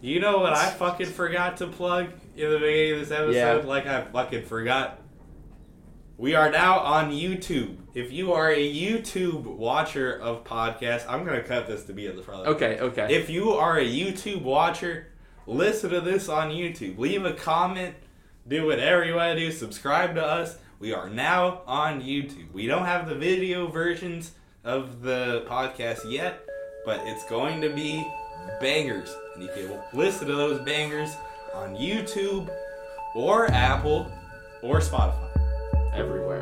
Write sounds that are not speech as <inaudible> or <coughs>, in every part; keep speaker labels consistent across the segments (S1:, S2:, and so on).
S1: You know what I fucking forgot to plug in the beginning of this episode?
S2: Yeah.
S1: Like I fucking forgot. We are now on YouTube. If you are a YouTube watcher of podcasts, I'm gonna cut this to be at the front. of the-
S2: Okay, okay.
S1: If you are a YouTube watcher, listen to this on YouTube. Leave a comment. Do whatever you want to do. Subscribe to us. We are now on YouTube. We don't have the video versions of the podcast yet, but it's going to be bangers. And you can listen to those bangers on YouTube or Apple or Spotify.
S2: Everywhere.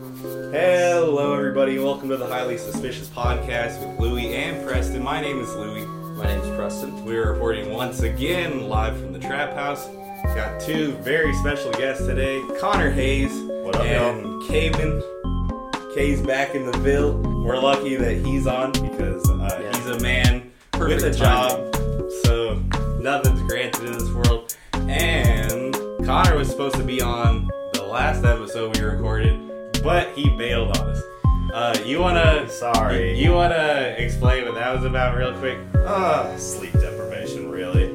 S1: Hello, everybody. Welcome to the Highly Suspicious Podcast with Louie and Preston. My name is Louie.
S2: My name's Preston.
S1: We are reporting once again live from the Trap House. We've got two very special guests today Connor Hayes
S3: What up,
S1: and Caven. Kay's back in the bill. We're lucky that he's on because uh,
S2: Yeah.
S1: he's a man
S2: Perfect
S1: with a
S2: timing.
S1: job, so nothing's granted in this world. And Connor was supposed to be on the last episode we recorded, but he bailed on us. Uh, you wanna
S3: Sorry.
S1: You wanna explain what that was about real quick?
S3: Ah, sleep deprivation, really.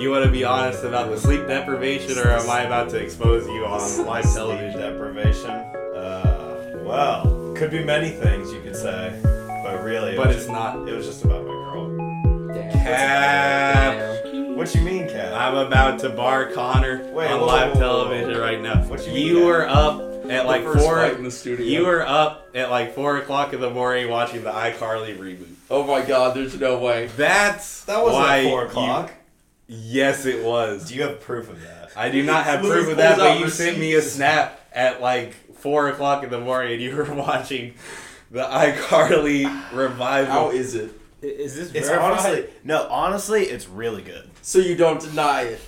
S1: You want to be honest about the sleep deprivation, or am I about to expose you on live
S3: Sleep
S1: television?
S3: deprivation. Uh, well, could be many things you could say, but really, it
S1: But
S3: was
S1: it's
S3: just-
S1: not.
S3: It was just about my girl.
S2: Damn.
S1: Cap.
S2: Damn.
S3: What you mean, Kat?
S1: I'm about to bar Connor
S3: Wait,
S1: on
S3: whoa,
S1: live
S3: whoa, whoa, whoa.
S1: television right now.
S3: What you mean,
S1: you
S3: Cap?
S1: were up at like
S2: first fight
S1: four.
S2: in the studio.
S1: You were up at like four o'clock in the morning watching the iCarly reboot.
S2: Oh my god, there's no way.
S1: That's
S3: that wasn't
S1: why
S3: at four
S1: you-
S3: o'clock.
S1: yes, it was.
S3: Do you have proof of that?
S1: I do not have
S2: Louis
S1: proof of that,
S2: pulls out
S1: but you sent me a
S2: receipts.
S1: snap at like four o'clock in the morning, and you were <laughs> watching the iCarly revival.
S2: How is it?
S4: Is this
S3: It's
S4: verified?
S3: honestly no. Honestly, it's really good.
S2: So you don't deny it.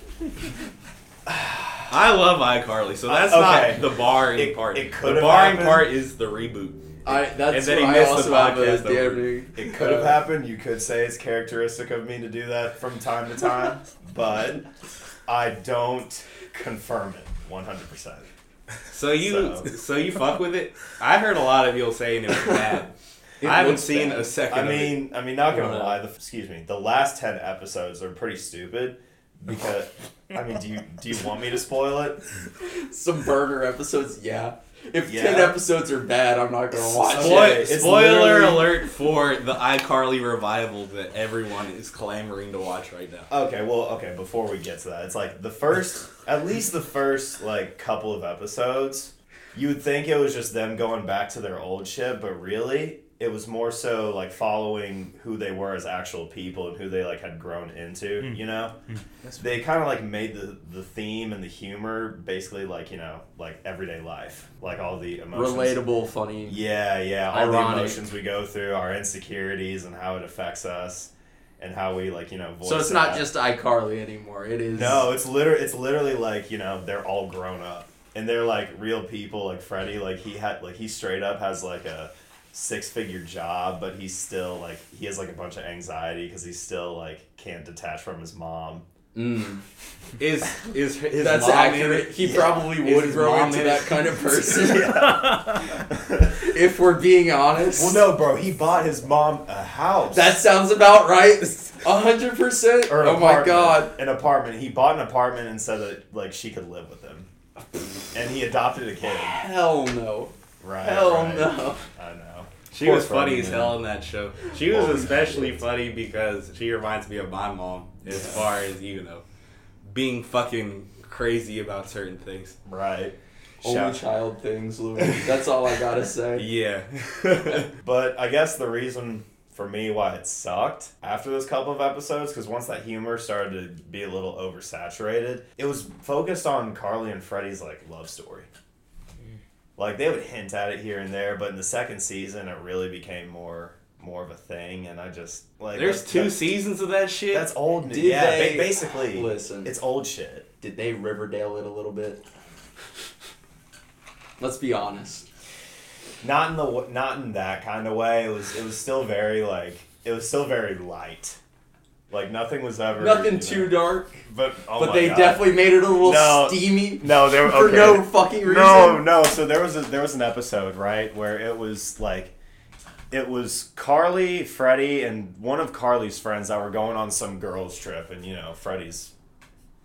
S1: I love iCarly, so that's
S3: Uh, okay.
S1: not the barring
S3: It-
S1: part.
S3: it
S1: the
S3: could've
S1: barring
S3: happened.
S1: part is the reboot.
S2: I that's
S1: then he
S2: what I
S1: missed the
S2: also have as
S1: podcast over.
S2: damning.
S3: It
S2: <laughs>
S3: could have happened. You could say it's characteristic of me to do that from time to time, but I don't confirm it 100%.
S1: So you, so.
S3: So.
S1: you fuck with it. I heard a lot of you saying it
S3: <laughs>
S1: was bad.
S2: It
S1: I haven't
S2: looks
S1: seen
S2: bad.
S1: a second.
S3: I
S1: of it.
S3: mean, I mean, not gonna
S2: Wow.
S3: lie. The, excuse me. The last ten episodes are pretty stupid because I mean, do you do you want me to spoil it?
S2: Some burner episodes, yeah. If
S3: Yeah.
S2: ten episodes are bad, I'm not gonna watch
S1: Spoil-
S3: Okay,
S2: it.
S3: it's
S1: spoiler
S3: literally-
S1: alert for the iCarly revival that everyone is clamoring to watch right now.
S3: Okay, well, okay. Before we get to that, it's like the first,
S2: <laughs>
S3: at least the first like couple of episodes, you would think it was just them going back to their old shit, but really, it was more so like following who they were as actual people and who they like had grown into.
S2: Hmm.
S3: You know, they kind of like made the the theme and the humor basically like you know like everyday life, like all the emotions.
S2: Relatable, funny.
S3: Yeah, yeah. All
S2: Ironic.
S3: the emotions we go through, our insecurities, and how it affects us, and how we like you know. Voice
S2: So it's not
S3: that.
S2: just iCarly anymore. It is
S3: No, it's literally it's literally like you know they're all grown up and they're like real people. Like Freddie, like he had like he straight up has like a six figure job, but he's still like he has like a bunch of anxiety because he still like can't detach from his mom. <laughs>
S2: Mm.
S1: Is is his
S2: That's
S1: mom
S2: accurate.
S1: In it?
S2: He probably
S1: Is
S2: would
S1: his
S2: grow
S1: mom
S2: into
S1: in
S2: that
S1: it? <laughs>
S2: kind of person.
S3: Yeah.
S2: if we're being honest.
S3: well, no, bro. He bought his mom a house.
S2: That sounds about right. <laughs> A hundred percent.
S3: Or an
S2: Oh my
S3: apartment.
S2: god.
S3: An apartment. He bought an apartment and said that like she could live with him, and he adopted a kid.
S2: Hell no.
S3: Right.
S2: Hell
S3: right.
S2: no.
S3: I know.
S1: She
S3: Poor
S1: was funny
S3: Freddie,
S1: as
S3: man.
S1: hell in that show. She was especially funny because she reminds me of my mom as far as you know, being fucking crazy about certain things.
S3: Right.
S2: Only
S3: Shout-
S2: child things, Louis. That's all I
S3: <laughs>
S2: gotta say.
S1: Yeah.
S3: But I guess the reason for me why it sucked after those couple of episodes, because once that humor started to be a little oversaturated, it was focused on Carly and Freddie's like love story.
S2: Mm.
S3: Like they would hint at it here and there, but in the second season, it really became more more of a thing, and I just like
S1: There's
S3: that's-
S1: two seasons of that shit.
S3: That's old.
S2: Did
S3: yeah, ba-
S2: they-
S3: basically,
S2: Listen.
S3: it's old shit.
S2: Did they Riverdale it a little bit? Let's be honest.
S3: Not in the w- not in that kind of way. It was it was still very like it was still very light. Like nothing was ever you
S2: Nothing
S3: know.
S2: too dark.
S3: But oh
S2: but
S3: my
S2: they
S3: God.
S2: definitely made it a little
S3: No.
S2: steamy
S3: no there okay.
S2: for no fucking reason.
S3: no no. So there was a, there was an episode right where it was like it was Carly, Freddie, and one of Carly's friends that were going on some girls trip, and you know Freddie's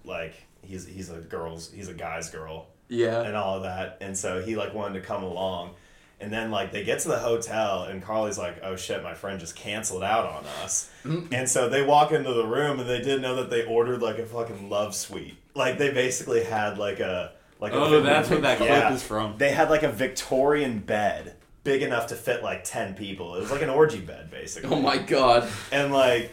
S3: like he's he's a girls he's a guy's girl
S2: Yeah.
S3: and all of that, and so he like wanted to come along, and then like they get to the hotel and Carly's like oh shit my friend just canceled out on us,
S1: Mm-hmm.
S3: and so they walk into the room and they didn't know that they ordered like a fucking love suite like they basically had like a like a
S1: Oh, that's what that clip
S3: Yeah.
S1: is from.
S3: They had like a Victorian bed big enough to fit like 10 people. It was like an orgy bed basically.
S2: Oh my god.
S3: And like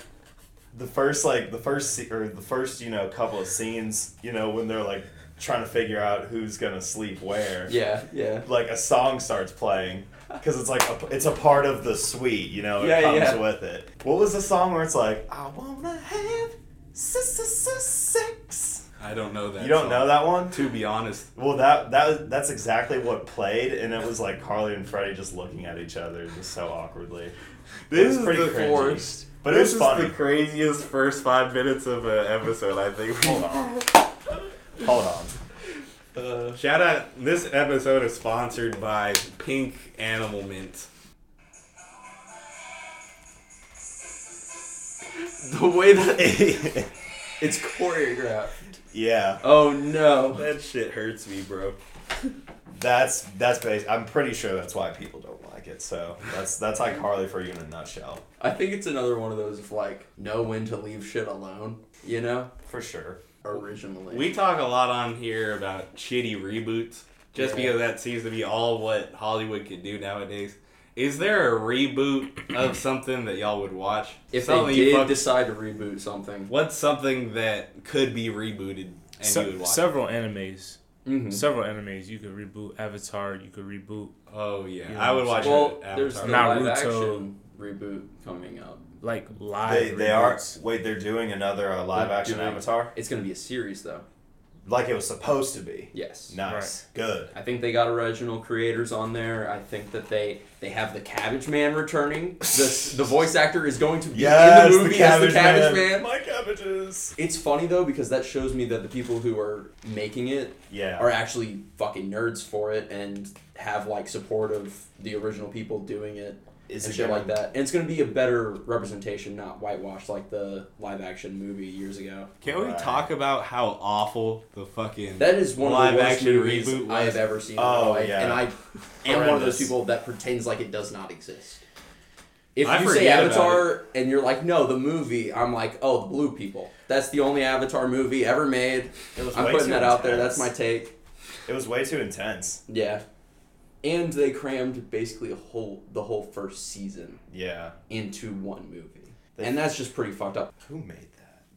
S3: the first like the first se- or the first, you know, couple of scenes, you know, when they're like trying to figure out who's going to sleep where.
S2: Yeah. Yeah.
S3: Like a song starts playing cuz it's like a, it's a part of the suite, you know, it
S2: Yeah,
S3: comes
S2: yeah.
S3: with it. What was the song where it's like I want to have s- s- s- sex?
S1: I don't know that.
S3: You
S1: song.
S3: don't know that one?
S1: To be honest,
S3: Well, that that that's exactly what played, and it was like Carly and Freddie just looking at each other, just so awkwardly.
S1: this
S3: It was
S1: is
S3: pretty
S1: the
S3: cringy.
S2: Forced. <laughs>
S3: But
S1: this
S3: it
S1: is
S3: was funny.
S1: the craziest first five minutes of an episode. I think.
S3: Hold on. Hold on.
S2: <laughs> Uh,
S1: Shout out! This episode is sponsored by Pink Animal Mint.
S2: the way that
S3: <laughs>
S2: it's choreographed.
S3: yeah,
S2: Oh no.
S1: That shit hurts me, bro.
S3: that's that's bas I'm pretty sure that's why people don't like it. So that's that's like Carly for you in a nutshell,
S2: I think it's another one of those of like know when to leave shit alone. You know,
S3: for sure.
S2: originally.
S1: We talk a lot on here about shitty reboots, just
S2: Yeah.
S1: because that seems to be all what Hollywood can do nowadays. Is there a reboot of something that y'all would watch?
S2: if they
S1: something you
S2: did
S1: fuck-
S2: decide to reboot something,
S1: what's something that could be rebooted and
S4: Se-
S1: you would watch?
S4: several animes.
S1: Mm-hmm.
S2: Mhm.
S4: Several animes. You could reboot Avatar. You could reboot
S1: oh yeah,
S4: You
S1: I
S4: know
S1: would
S4: what
S1: watch.
S4: I'm
S2: well,
S1: Avatar.
S2: there's the
S4: Naruto.
S2: live action reboot coming up.
S4: like live.
S3: They they are
S4: reboots.
S3: wait they're doing another uh, live action
S2: Doing-
S3: Avatar
S2: It's gonna be a series though.
S3: like it was supposed to be.
S2: Yes.
S3: Nice, good.
S2: I think they got original creators on there. I think that they they have the Cabbage Man returning. The, the voice actor is going to be
S3: Yes,
S2: in the movie as the Cabbage Man.
S3: My cabbages.
S2: It's funny though because that shows me that the people who are making it
S3: Yeah.
S2: are actually fucking nerds for it and have like support of the original people doing it
S3: Is
S2: and
S3: it
S2: shit
S3: gonna-
S2: like that. And it's gonna be a better representation, not whitewashed like the live action movie years ago.
S1: Can we
S3: Right.
S1: talk about how awful the fucking
S2: That is one of
S1: Live
S2: the worst
S1: action
S2: movies
S1: reboot
S2: I have
S1: was-
S2: ever seen. in
S3: Oh,
S2: my life,
S3: yeah.
S2: and I am one of those
S3: Horrendous.
S2: people that pretends like it does not exist. If
S1: I
S2: you say
S1: forget about
S2: Avatar and you're like, no, the movie, I'm like, oh, the blue people. That's the only Avatar movie ever made.
S3: It was
S2: I'm
S3: way
S2: putting
S3: too
S2: that out there.
S3: intense.
S2: That's my take.
S3: It was way too intense.
S2: Yeah, and they crammed basically a whole the whole first season
S3: Yeah.
S2: into one movie,
S3: They-
S2: and that's just pretty fucked up.
S3: Who made that?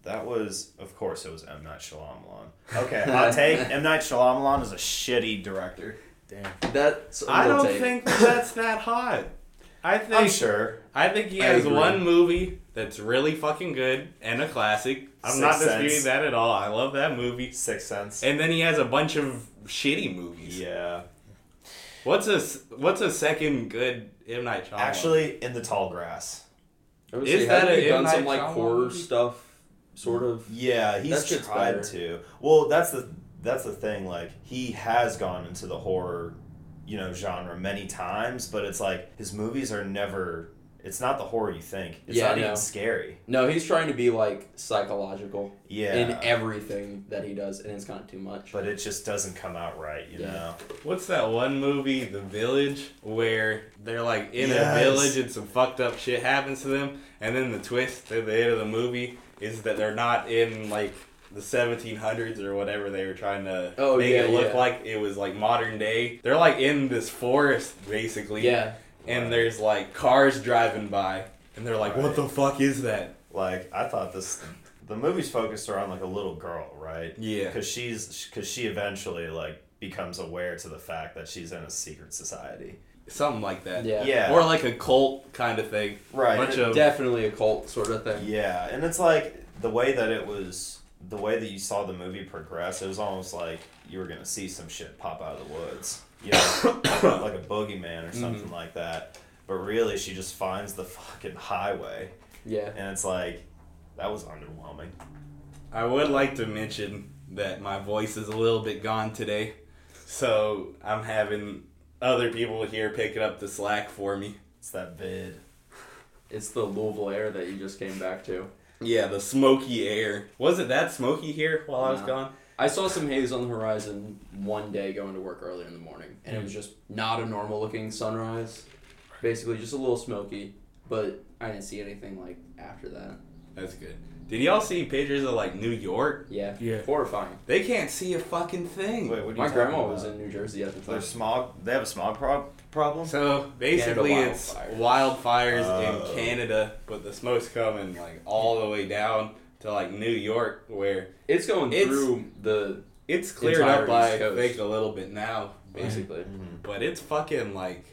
S3: That was, of course, it was M Night Shyamalan. Okay,
S2: <laughs>
S3: hot take. M Night Shyamalan is a shitty director.
S4: Damn.
S2: That's a
S1: I
S2: real
S1: don't
S2: take.
S1: think that that's that hot. I think
S3: I'm sure.
S1: I think he
S2: I
S1: has
S2: agree.
S1: one movie that's really fucking good and a classic. I'm
S3: Sixth
S1: not disputing
S3: Sense.
S1: that at all. I love that movie.
S3: Sixth Sense.
S1: And then he has a bunch of shitty movies.
S3: Yeah.
S1: What's a s- what's a second good M Night Shyamalan?
S3: Actually, in the tall grass.
S2: I would
S1: Is
S2: say,
S1: that
S2: hasn't
S1: a
S2: he
S1: M.
S2: done some
S1: Night
S2: like
S1: Shyamalan
S2: horror
S1: movie?
S2: stuff, sort of?
S3: Yeah, he's
S2: That shit's
S3: tried
S2: better.
S3: to. Well, that's the that's the thing. Like he has gone into the horror, you know, genre many times, but it's like his movies are never. It's not the horror you think. It's
S2: Yeah, I
S3: not
S2: know.
S3: even scary.
S2: No, he's trying to be like psychological
S3: Yeah.
S2: in everything that he does, and it's kind of too much.
S3: but it just doesn't come out right, you
S2: Yeah.
S3: know.
S1: what's that one movie, The Village, where they're like in
S3: Yes.
S1: a village and some fucked up shit happens to them, and then the twist at the end of the movie is that they're not in like the 1700s or whatever they were trying to
S2: Oh,
S1: make
S2: yeah,
S1: it look
S2: yeah.
S1: like it was like modern day. They're like in this forest basically.
S2: yeah,
S1: and there's like cars driving by and they're like what the fuck is that
S3: like i thought this the movie's focused around like a little girl right
S1: Yeah.
S3: because she's because she eventually like becomes aware to the fact that she's in a secret society
S1: something like that
S2: Yeah.
S3: yeah
S1: or like a cult kind of thing
S3: Right.
S1: bunch of
S2: definitely a cult sort of thing.
S3: yeah and it's like the way that it was the way that you saw the movie progress it was almost like you were gonna see some shit pop out of the woods you know <coughs> like a boogeyman or
S2: Mm-hmm.
S3: something like that but really she just finds the <laughs> fucking highway
S2: Yeah,
S3: and it's like that was underwhelming
S1: i would like to mention that my voice is a little bit gone today so i'm having other people here picking up the slack for me
S3: It's that vid.
S2: It's the Louisville air that you just came back to.
S1: Yeah, the smoky air. Was it that smoky here while I was
S2: No.
S1: gone?
S2: I saw some haze on the horizon one day going to work early in the morning, and it was just not a normal looking sunrise. Basically, just a little smoky, but I didn't see anything like after that.
S1: That's good. Did y'all see pictures of like New York?
S2: Yeah,
S4: Yeah.
S2: horrifying.
S1: They can't see a fucking thing.
S3: Wait, what are you
S2: My
S3: talking
S2: grandma
S3: about?
S2: was in New Jersey at the time.
S3: Their smog. They have a smog prob- problem.
S1: So basically,
S2: Canada
S1: it's
S2: wildfires.
S1: wildfires
S3: Oh.
S1: in Canada, but the smoke's coming like all the way down to like New York, where
S2: It's going
S1: It's-
S2: through the
S1: it's cleared
S2: Entire
S1: up by
S2: East
S1: I
S2: Coast.
S1: think a little bit now, basically.
S2: basically.
S1: But it's fucking like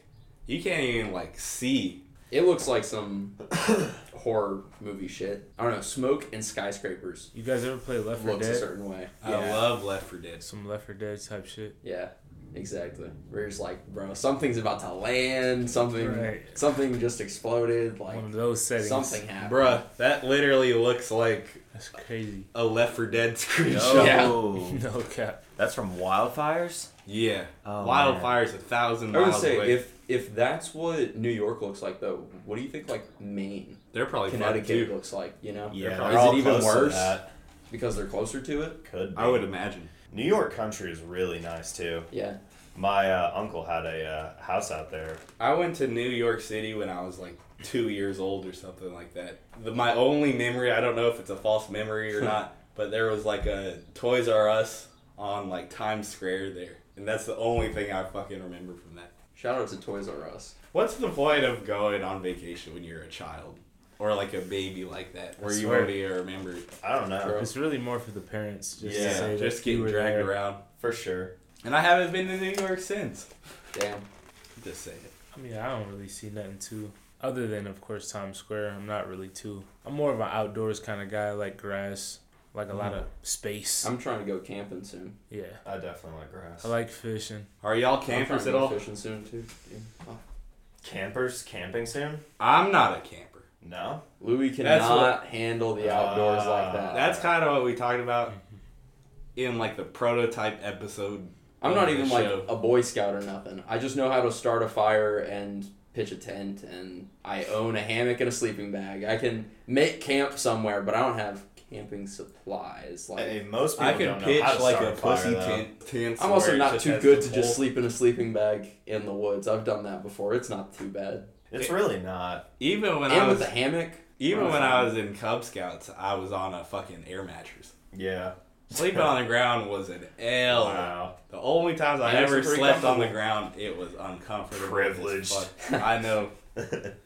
S1: you can't even like see.
S2: It looks like some <coughs> horror movie shit. I don't know. Smoke and skyscrapers
S4: You guys ever play Left 4
S2: looks a
S4: Dead?
S2: certain way.
S1: I
S2: Yeah.
S1: love Left 4 Dead.
S4: Some Left 4 Dead type shit.
S2: Yeah, exactly. We're just like, bro, something's about to land. Something,
S4: Right.
S2: something just exploded. Like
S4: One of those settings.
S2: something happened.
S1: Bruh, that literally looks like
S4: That's crazy.
S1: a Left 4 Dead <laughs>
S3: Yo,
S1: screenshot.
S2: Yeah.
S4: <laughs>
S2: <laughs>
S4: no cap.
S3: that's from wildfires.
S1: Yeah.
S3: Oh,
S1: Wildfire's a thousand
S2: I would
S1: miles
S2: say
S1: away.
S2: if if that's what New York looks like, though, what do you think like Maine,
S1: They're probably fucked
S2: Connecticut
S1: too.
S2: looks like? You know,
S3: Yeah,
S1: probably-
S3: they're
S2: is
S3: all
S2: it even
S3: close to
S2: worse
S3: that.
S2: because they're closer to it?
S3: Could be.
S1: I would imagine.
S3: New York country is really nice too.
S2: Yeah,
S3: My uh, uncle had a uh, house out there.
S1: I went to New York City when I was like two years old or something like that. The, my only memory, I don't know if it's a false memory or <laughs> not, but there was like a Toys R Us on like Times Square there. And that's the only thing I fucking remember from that.
S2: shout out to Toys R Us.
S1: What's the point of going on vacation when you're a child? Or like a baby like that, where
S4: I
S1: you
S4: swear.
S1: already remember.
S3: I don't know
S2: True.
S4: It's really more for the parents. Just to
S1: yeah,
S4: say that
S1: just
S4: you
S1: getting
S4: were
S1: dragged
S4: there.
S1: around.
S3: for sure.
S1: And I haven't been to New York since.
S2: Damn.
S1: Just say it.
S4: I mean, I don't really see nothing too. Other than, of course, Times Square, I'm not really too. I'm more of an outdoors kind of guy. I like grass, like a lot of space.
S2: I'm trying to go camping soon.
S4: yeah.
S3: I definitely like grass.
S4: I like fishing.
S1: Are y'all
S2: I'm trying
S1: campers
S2: to
S1: at
S2: go
S1: all?
S2: Fishing soon too. dude. Oh.
S3: campers camping soon.
S1: I'm not a camper.
S3: No,
S2: Louis
S1: That's Uh,
S2: cannot handle the outdoors like that.
S3: Ah.
S1: That's kind of what we talked about in like the prototype episode.
S2: I'm not
S1: of the
S2: even like
S1: show.
S2: a Boy Scout or nothing. I just know how to start a fire and pitch a tent, and I own a hammock and a sleeping bag. I can make camp somewhere, but I don't have camping supplies. Like
S3: Hey, most people
S1: I could
S3: don't know
S1: pitch
S3: how to
S1: like
S3: start
S1: a
S3: a fire,
S1: pussy
S3: though.
S1: tent. tents
S2: I'm
S1: where
S2: also
S1: it
S2: not too
S1: has
S2: good
S1: the
S2: to just
S1: pole.
S2: sleep in a sleeping bag in the woods. I've done that before. It's not too bad.
S3: It's really not.
S1: Even when I
S2: and
S1: was
S2: with a hammock,
S1: even
S2: Right.
S1: when I was in Cub Scouts, I was on a fucking air mattress.
S3: Yeah.
S1: Sleeping on the ground was an L.
S3: Wow.
S1: The only times I
S2: Yeah, it's
S1: ever
S2: pretty
S1: slept on the
S2: comfortable.
S1: ground, it was uncomfortable. as
S3: Privileged.
S1: fuck. I know.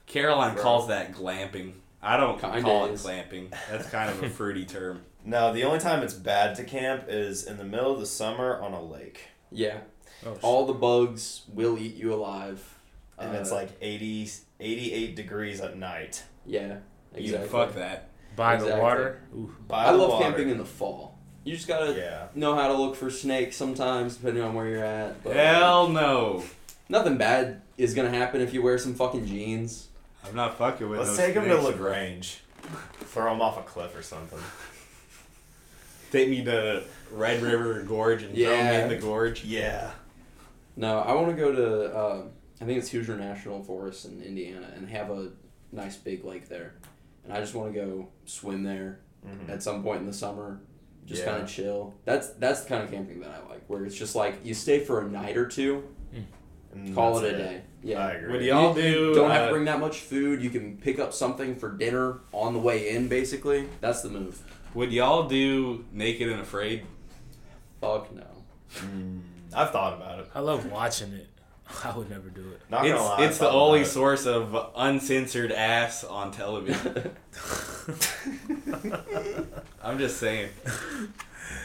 S1: Caroline
S2: Bro.
S1: calls that glamping. I don't
S2: Kinda
S1: call it
S2: is.
S1: glamping. That's kind of a fruity
S2: <laughs>
S1: term.
S3: <laughs> no, the only time it's bad to camp is in the middle of the summer on a lake,
S2: yeah,
S4: Oh, shit.
S2: all the bugs will eat you alive.
S3: and
S2: Uh,
S3: it's like 80, 88 degrees at night.
S2: yeah, exactly.
S1: You fuck that.
S4: By the
S2: Exactly.
S4: water. Ooh.
S3: By
S2: I
S3: the
S2: love
S3: water.
S2: camping in the fall. You just gotta
S3: Yeah.
S2: know how to look for snakes sometimes, depending on where you're at. But
S1: Hell no.
S2: nothing bad is gonna happen if you wear some fucking jeans.
S1: I'm not fucking with.
S3: Let's
S1: those
S3: take him to
S1: snakes, bro.
S3: Lagrange. Throw him off a cliff or something.
S1: Take me to Red River Gorge and
S2: Yeah.
S1: throw me in the gorge.
S3: Yeah.
S2: No, I want to go to uh, I think it's Hoosier National Forest in Indiana and have a nice big lake there, and I just want to go swim there
S3: Mhm.
S2: at some point in the summer. Just
S3: Yeah.
S2: kind of chill. That's that's the kind of camping that I like, where it's just like you stay for a night or two,
S3: And
S2: call
S3: Mm, that's
S2: it a day. Yeah.
S3: I agree.
S1: What do y'all do?
S2: Don't have
S1: uh,
S2: to bring that much food. You can pick up something for dinner on the way in, basically. That's the move.
S1: Would y'all do Naked and Afraid?
S2: Fuck no. <laughs>
S3: Mm. I've thought about it.
S4: I love watching it. <laughs> I would never do it.
S3: Not
S1: It's
S3: gonna lie. I've
S1: it's the
S3: thought about
S1: only
S3: it.
S1: source of uncensored ass on
S2: <laughs>
S1: television.
S3: <laughs>
S1: I'm just saying.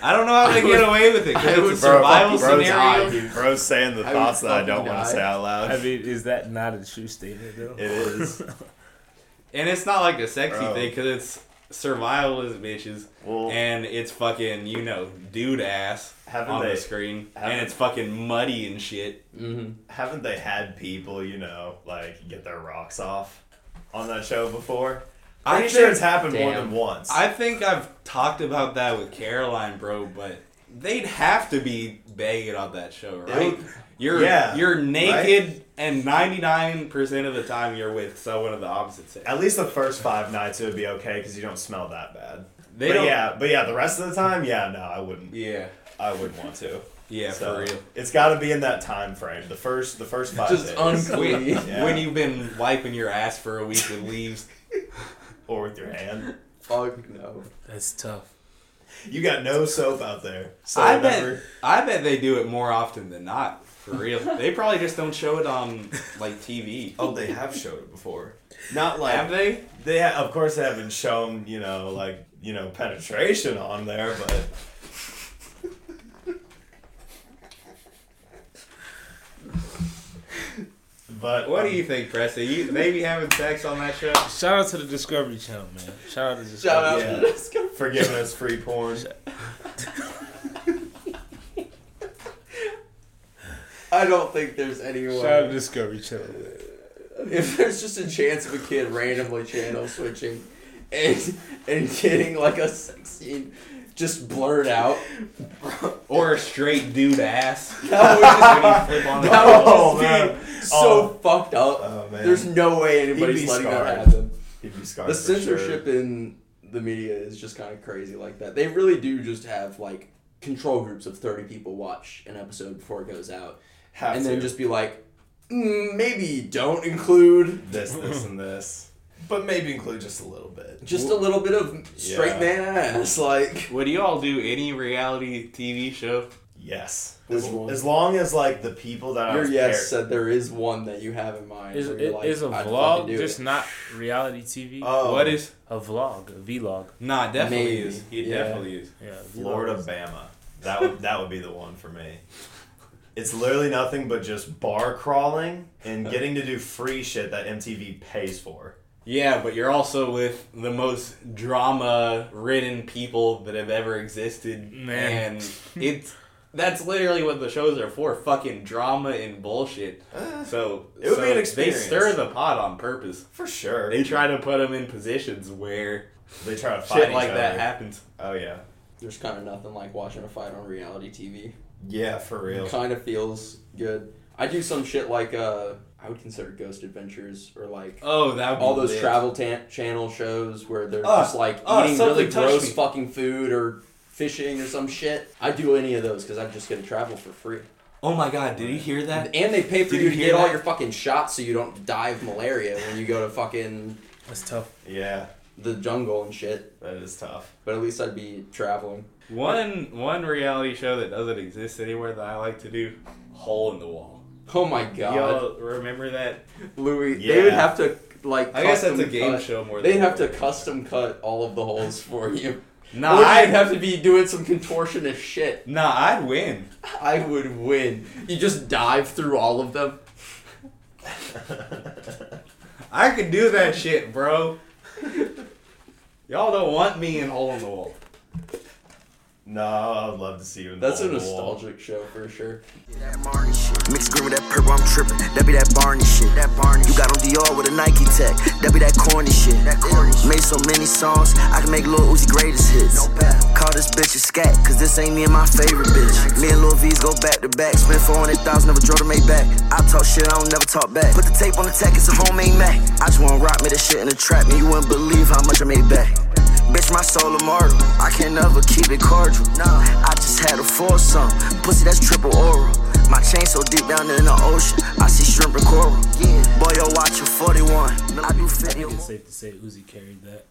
S1: I don't know how they
S2: I would-
S1: get away with it. 'cause
S2: I
S1: It's a
S2: would-
S1: survival
S3: bro, bro's,
S1: scenario.
S3: Dude, bro's saying the
S2: I would
S3: thoughts that I don't
S2: fucking
S3: want to
S2: die.
S3: say out loud.
S4: <laughs> I mean, is that not a true statement though?
S3: It
S4: <laughs>
S3: is.
S1: And it's not like a sexy
S3: Bro.
S1: thing because it's survivalist bitches.
S3: Well-
S1: and it's fucking, you know, dude ass
S3: Haven't
S1: on
S3: they-
S1: the screen. And
S3: haven't-
S1: it's fucking muddy and shit.
S2: Mm-hmm.
S3: Haven't they had people, you know, like get their rocks off on that show before?
S1: I
S3: Pretty sure
S1: think-
S3: it's happened more
S2: Damn.
S3: than once.
S1: I think I've talked about that with Caroline, bro, but They'd have to be banging on that show, right?
S3: would-
S1: You're
S3: yeah,
S1: you're naked, and ninety nine percent of the time you're with someone of the opposite sex.
S3: At least the first five nights it would be okay because you don't smell that bad.
S1: They
S3: but
S1: don't.
S3: yeah, but yeah, the rest of the time, yeah, no, I wouldn't.
S1: yeah,
S3: I wouldn't want to.
S1: yeah,
S3: So,
S1: for real.
S3: <laughs> It's got to be in that time frame. The first, the first five
S2: Just
S3: days,
S2: unclean.
S1: When,
S3: Yeah.
S1: when you've been wiping your ass for a week with leaves,
S3: or with your hand.
S2: Fuck no.
S4: That's tough.
S3: You got no soap out there. So
S1: I
S3: whenever-
S1: bet I bet they do it more often than not. For real, they probably just don't show it on like TV.
S3: Oh, they have showed it before. Not like
S1: Have they?
S3: They ha- of course they haven't shown you know like you know penetration on there, but but um,
S1: What do you think, Preston? You they be having sex on that show?
S4: Shout out to the Discovery Channel, man. Shout out to Discovery.
S2: Shout out
S3: Yeah.
S2: <laughs> to this guy.
S3: for giving us free
S2: <laughs>
S3: porn?
S2: I don't think there's
S4: Shout out to
S2: anyone.
S4: Discovery Channel. man.
S2: <laughs> If there's just a chance of a kid randomly channel switching and and getting like a sex scene just blurred
S3: <laughs>
S2: out,
S1: Or a straight dude ass?
S2: that would just
S1: When <laughs> you flip on it?
S2: That would
S3: Oh,
S2: just
S3: man.
S2: be so fucked up.
S3: Oh man,
S2: There's no way
S3: He'd
S2: anybody's
S3: be
S2: letting that
S3: scarred.
S2: happen.
S3: You'd be scarred
S2: The
S3: for
S2: censorship in the media is just kind of crazy like that. They really do just have like control groups of 30 people watch an episode before it goes out
S3: Sure. Have
S2: and
S3: to.
S2: then just be like, mm, maybe don't include
S3: this, this, and this, but maybe include just a little bit.
S2: just a little bit of straight
S3: Yeah.
S2: man
S4: <laughs>
S2: ass. Like,
S1: Would you all do any reality TV show?
S3: Yes,
S2: Which
S3: as,
S2: one?
S3: as long as like the people that I
S2: your
S3: was
S2: yes
S3: paired-
S2: said there is one that you have in mind.
S4: Is
S2: where
S4: it
S2: you're
S4: is
S2: like,
S4: a
S2: I'd
S4: vlog
S2: fucking do
S4: just
S2: it. Uh,
S4: not reality TV?
S3: Oh,
S1: What is?
S4: a vlog, a vlog.
S1: Nah, it definitely
S2: Maybe,
S1: is. It
S2: yeah.
S1: definitely is.
S4: Yeah, vlog.
S3: Florida Bama. That would that would be the one for me. It's literally nothing but just bar crawling and getting to do free shit that MTV pays for.
S1: Yeah, but you're also with the most drama-ridden people that have ever existed,
S4: Man.
S1: <laughs> and it's that's literally what the shows are for: fucking drama and bullshit. So
S3: It would
S1: so
S3: be an
S1: They
S3: experience.
S1: stir the pot on purpose.
S3: For sure.
S1: They try to put them in positions where
S3: They try to fight
S1: shit
S3: each
S1: like that
S3: other.
S1: happens.
S3: Oh yeah.
S2: There's kind of nothing like watching a fight on reality TV.
S3: Yeah, for real.
S2: kind of feels good. I do some shit like uh, I would consider Ghost Adventures or like
S1: Oh, that would be
S2: all those
S1: lit.
S2: travel ta- channel shows where they're
S1: Ah,
S2: just like
S1: ah,
S2: eating
S1: something
S2: really
S1: touched
S2: gross
S1: me.
S2: fucking food or fishing or some shit. I do any of those because I'm just gonna travel for free,
S1: Oh my god, did you hear that?
S2: and they pay for
S1: Did
S2: you
S1: you
S2: to
S1: hear
S2: get all
S1: that?
S2: your fucking shots so you don't die of malaria when you go to fucking
S4: That's tough.
S3: Yeah,
S2: the jungle and shit.
S3: that is tough.
S2: But at least I'd be traveling.
S1: One one reality show that doesn't exist anywhere that I like to do: Hole in the Wall.
S2: Oh my god,
S1: Y'all remember that?
S2: Louis! They
S3: Yeah.
S2: would have to like.
S1: I guess that's
S2: custom
S1: a game
S2: cut-
S1: show more.
S2: They'd
S1: than
S2: have to custom cut all of the holes for you.
S1: Nah,
S2: or
S1: I'd
S2: I'd have to be doing some contortionist shit.
S1: Nah, I'd win.
S2: I would win. You just dive through all of them.
S1: I could do <laughs> that shit, bro. Y'all don't want me in hole in the wall.
S3: no, I'd love to see you in
S2: That's a
S3: the wall.
S2: nostalgic show for sure.
S5: That Barney shit. Mixed green with that purple, I'm tripping. That be that Barney shit. That Barney. You got on Dior with a Nike tech. That be that corny shit. That corny. Made so many songs, I can make Lil Uzi greatest hits. No Call this bitch a scat, cause this ain't me and my favorite bitch. Me and Lil V's go back to back. Spent 400,000 never drove to make back. I talk shit, I don't never talk back. Put the tape on the tech, it's a homemade Mac. I just wanna rock me the shit in the trap, and you wouldn't believe how much I made back. Bitch, my soul immortal. I can never keep it cordial. Nah, I just had to force some. Pussy, that's triple oral. My chain so deep down in the ocean. I see shrimp and coral. Yeah. Boy, yo, watch your 41. I do 50 or
S4: It's safe to say Uzi carried that.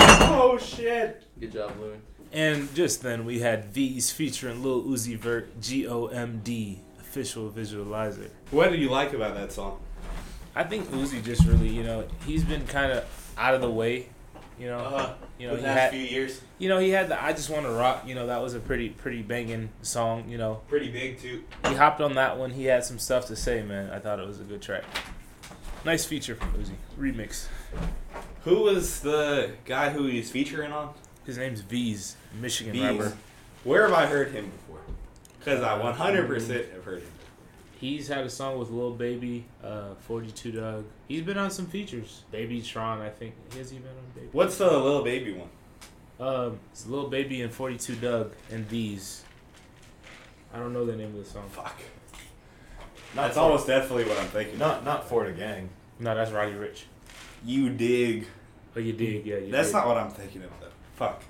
S1: Oh shit.
S2: Good job, Louis.
S4: And just then we had V's featuring Lil Uzi Vert, G O M D, official visualizer.
S1: What do you like about that song?
S4: I think Uzi just really, you know, he's been kind of out of the way, you know. Uh,
S1: Uh-huh.
S4: You know, he had,
S1: years,
S4: you know, he had the "I Just Want to Rock." You know, that was a pretty, pretty banging song. You know,
S1: pretty big too.
S4: he hopped on that one. He had some stuff to say, man. I thought it was a good track. Nice feature from Uzi. Remix.
S1: Who was the guy who he's featuring on?
S4: His name's V's, Michigan
S1: Bees.
S4: rapper.
S1: Where have I heard him before? Because I 100% have heard him.
S4: He's had a song with Lil Baby, uh, 42 Doug. He's been on some features. Baby Tron, I think. Has he been on Baby?
S1: What's the little baby one?
S4: Um, it's Lil Baby and 42 Doug and these. I don't know the name of the song.
S1: Fuck.
S3: Not
S1: That's
S3: for-
S1: almost definitely what I'm thinking.
S3: Not not for the gang.
S4: No, that's Roddy Rich.
S1: You dig.
S4: Oh, you did, yeah. You
S1: That's
S4: did.
S1: not what I'm thinking of though. Fuck.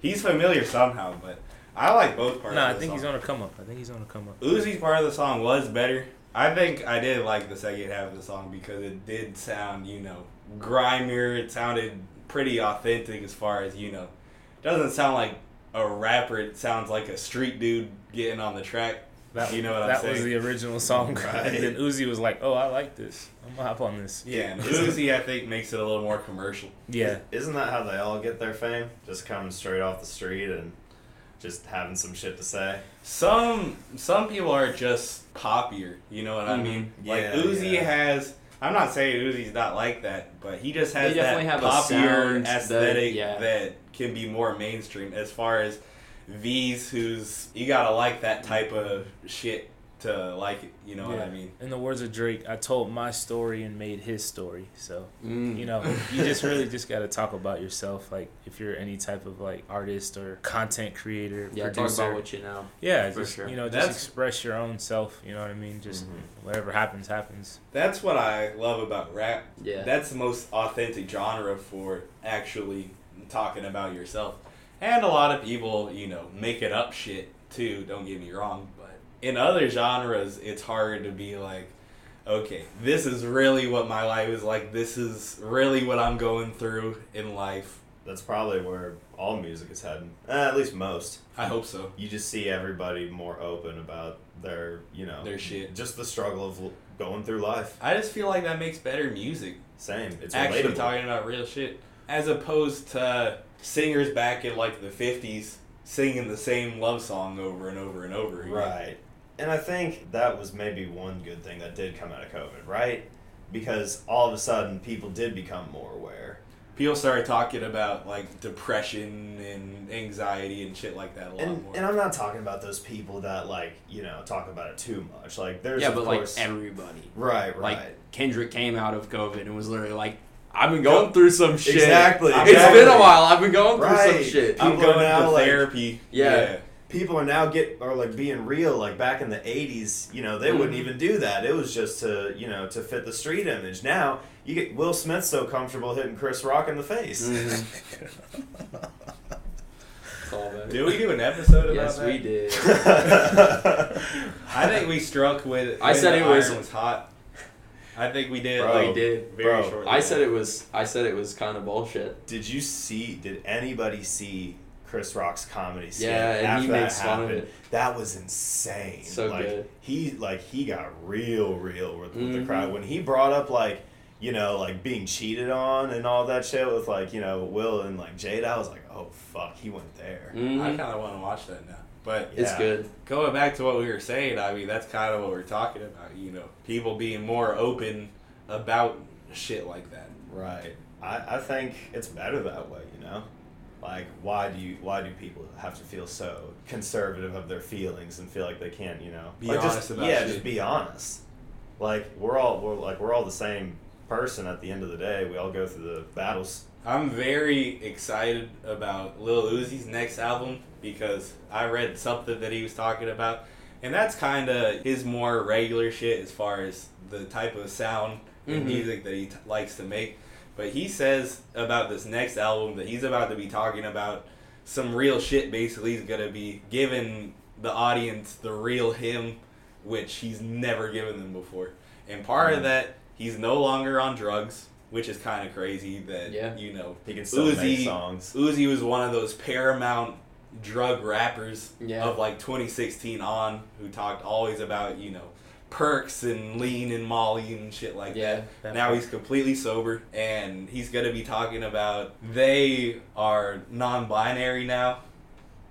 S1: He's familiar somehow, but I like both parts.
S4: Nah,
S1: of
S4: I
S1: the
S4: think
S1: song.
S4: he's on a come up. I think he's on a come up.
S1: Uzi's part of the song was better. I think I did like the second half of the song because it did sound, you know, grimier. It sounded pretty authentic as far as, you know, doesn't sound like a rapper. It sounds like a street dude getting on the track. you know what
S4: that
S1: I'm saying?
S4: was the original song. <laughs>
S3: Right.
S4: And then Uzi was like, "Oh, I like this. I'm gonna hop on this."
S1: yeah,
S4: <laughs>
S1: and Uzi, I think, makes it a little more commercial.
S4: Yeah,
S3: Isn't that how they all get their fame? Just coming straight off the street and just having some shit to say.
S1: Some some people are just poppier. You know what I
S2: Mm-hmm.
S1: mean?
S3: Mhm.
S1: Like
S3: Yeah,
S1: Uzi
S3: yeah.
S1: has. I'm not saying Uzi's not like that, but he just has
S2: They
S1: that
S2: definitely have a
S1: poppier
S2: sound that-
S1: aesthetic that,
S2: yeah.
S1: can be more mainstream. As far as V's, who's you gotta like that type of shit to like it. You know what
S4: Yeah.
S1: I mean?
S4: in the words of Drake, I told my story and made his story. So
S2: Mm.
S4: you know, you just really just gotta talk about yourself. Like if you're any type of like artist or content creator,
S2: yeah,
S4: producer,
S2: talk about what you know.
S4: yeah,
S2: for
S4: just
S2: sure.
S4: you know, just
S1: That's-
S4: express your own self. You know what I mean? Just whatever happens, happens.
S1: That's what I love about rap.
S2: Yeah.
S1: That's the most authentic genre for actually talking about yourself. And a lot of people, you know, make it up shit too, don't get me wrong, but in other genres it's hard to be like, okay, this is really what my life is like, this is really what I'm going through in life.
S3: That's probably where all music is heading. Eh, at least most.
S1: I hope so.
S3: You just see everybody more open about their, you know,
S1: Their shit.
S3: Just the struggle of l- going through life.
S1: I just feel like that makes better music.
S3: Same. It's
S1: actually
S3: relatable.
S1: talking about real shit as opposed to singers back in like the 50s singing the same love song over and over and over again.
S3: Right. And I think that was maybe one good thing that did come out of COVID, right? Because all of a sudden people did become more aware.
S1: People started talking about like depression and anxiety and shit like that a lot
S3: And,
S1: more.
S3: and I'm not talking about those people that like, you know, talk about it too much. Like there's
S2: yeah,
S3: of
S2: but
S3: course
S2: like everybody.
S3: Right, right.
S2: Like Kendrick came out of COVID and was literally like, "I've been going through some shit.
S3: Exactly,
S2: It's
S1: exactly.
S2: been a while. I've been going through some
S3: Right.
S2: shit."
S1: I'm
S3: people are
S1: going
S3: now,
S1: to
S3: like-
S1: therapy.
S2: Yeah.
S3: people are now get are like being real like back in the 80s you know they wouldn't
S2: Mhm.
S3: even do that it was just to you know to fit the street image now you get will smith so comfortable hitting chris rock in the face
S2: Mhm. It's all about it.
S1: Did we do an episode about
S2: Yes,
S1: that?
S2: we
S3: <laughs>
S2: did.
S1: I think we struck with.
S2: I
S1: when
S2: said
S1: the
S2: it was-
S1: iron was hot. I think we did.
S3: Bro,
S1: like,
S2: we did.
S1: Very
S3: bro,
S1: short.
S2: I said it was. I said it was kind of bullshit.
S3: did you see did anybody see chris rock's comedy skit
S2: Yeah, and he
S3: after that
S2: makes fun of
S3: happened?
S2: it.
S3: that was insane
S2: So
S3: like
S2: good.
S3: he like he got real real with, with the
S2: Mhm.
S3: crowd when he brought up like you know like being cheated on and all that shit with like you know will and like jade i was like oh fuck he went there
S2: Mhm.
S1: I kind of want to watch that now, but
S2: It's
S3: Yeah.
S2: good.
S1: Going back to what we were saying, I mean, that's kind of what we're talking about, you know, people being more open about shit like that.
S3: Right. I, I think it's better that way, you know? Like why do you why do people have to feel so conservative of their feelings and feel like they can't, you know?
S1: Be
S3: like
S1: honest
S3: just,
S1: about
S3: Yeah,
S1: shit.
S3: just be honest. Like we're all we're like we're all the same person at the end of the day. We all go through the battles.
S1: I'm very excited about Lil Uzi's next album because I read something that he was talking about, and that's kind of his more regular shit as far as the type of sound and
S2: Mhm.
S1: music that he t- likes to make. But he says about this next album that he's about to be talking about some real shit. Basically, he's gonna be giving the audience the real him, which he's never given them before. And part of that, he's no longer on drugs, which is kind of crazy that
S2: Yeah.
S1: you know
S3: He can still make
S1: Uzi,
S3: songs.
S1: Uzi was one of those paramount drug rappers
S2: Yeah.
S1: of like 2016 on who talked always about, you know, perks and lean and molly and shit like
S2: Yeah.
S1: that. Now he's completely sober and he's going to be talking about they are non binary now.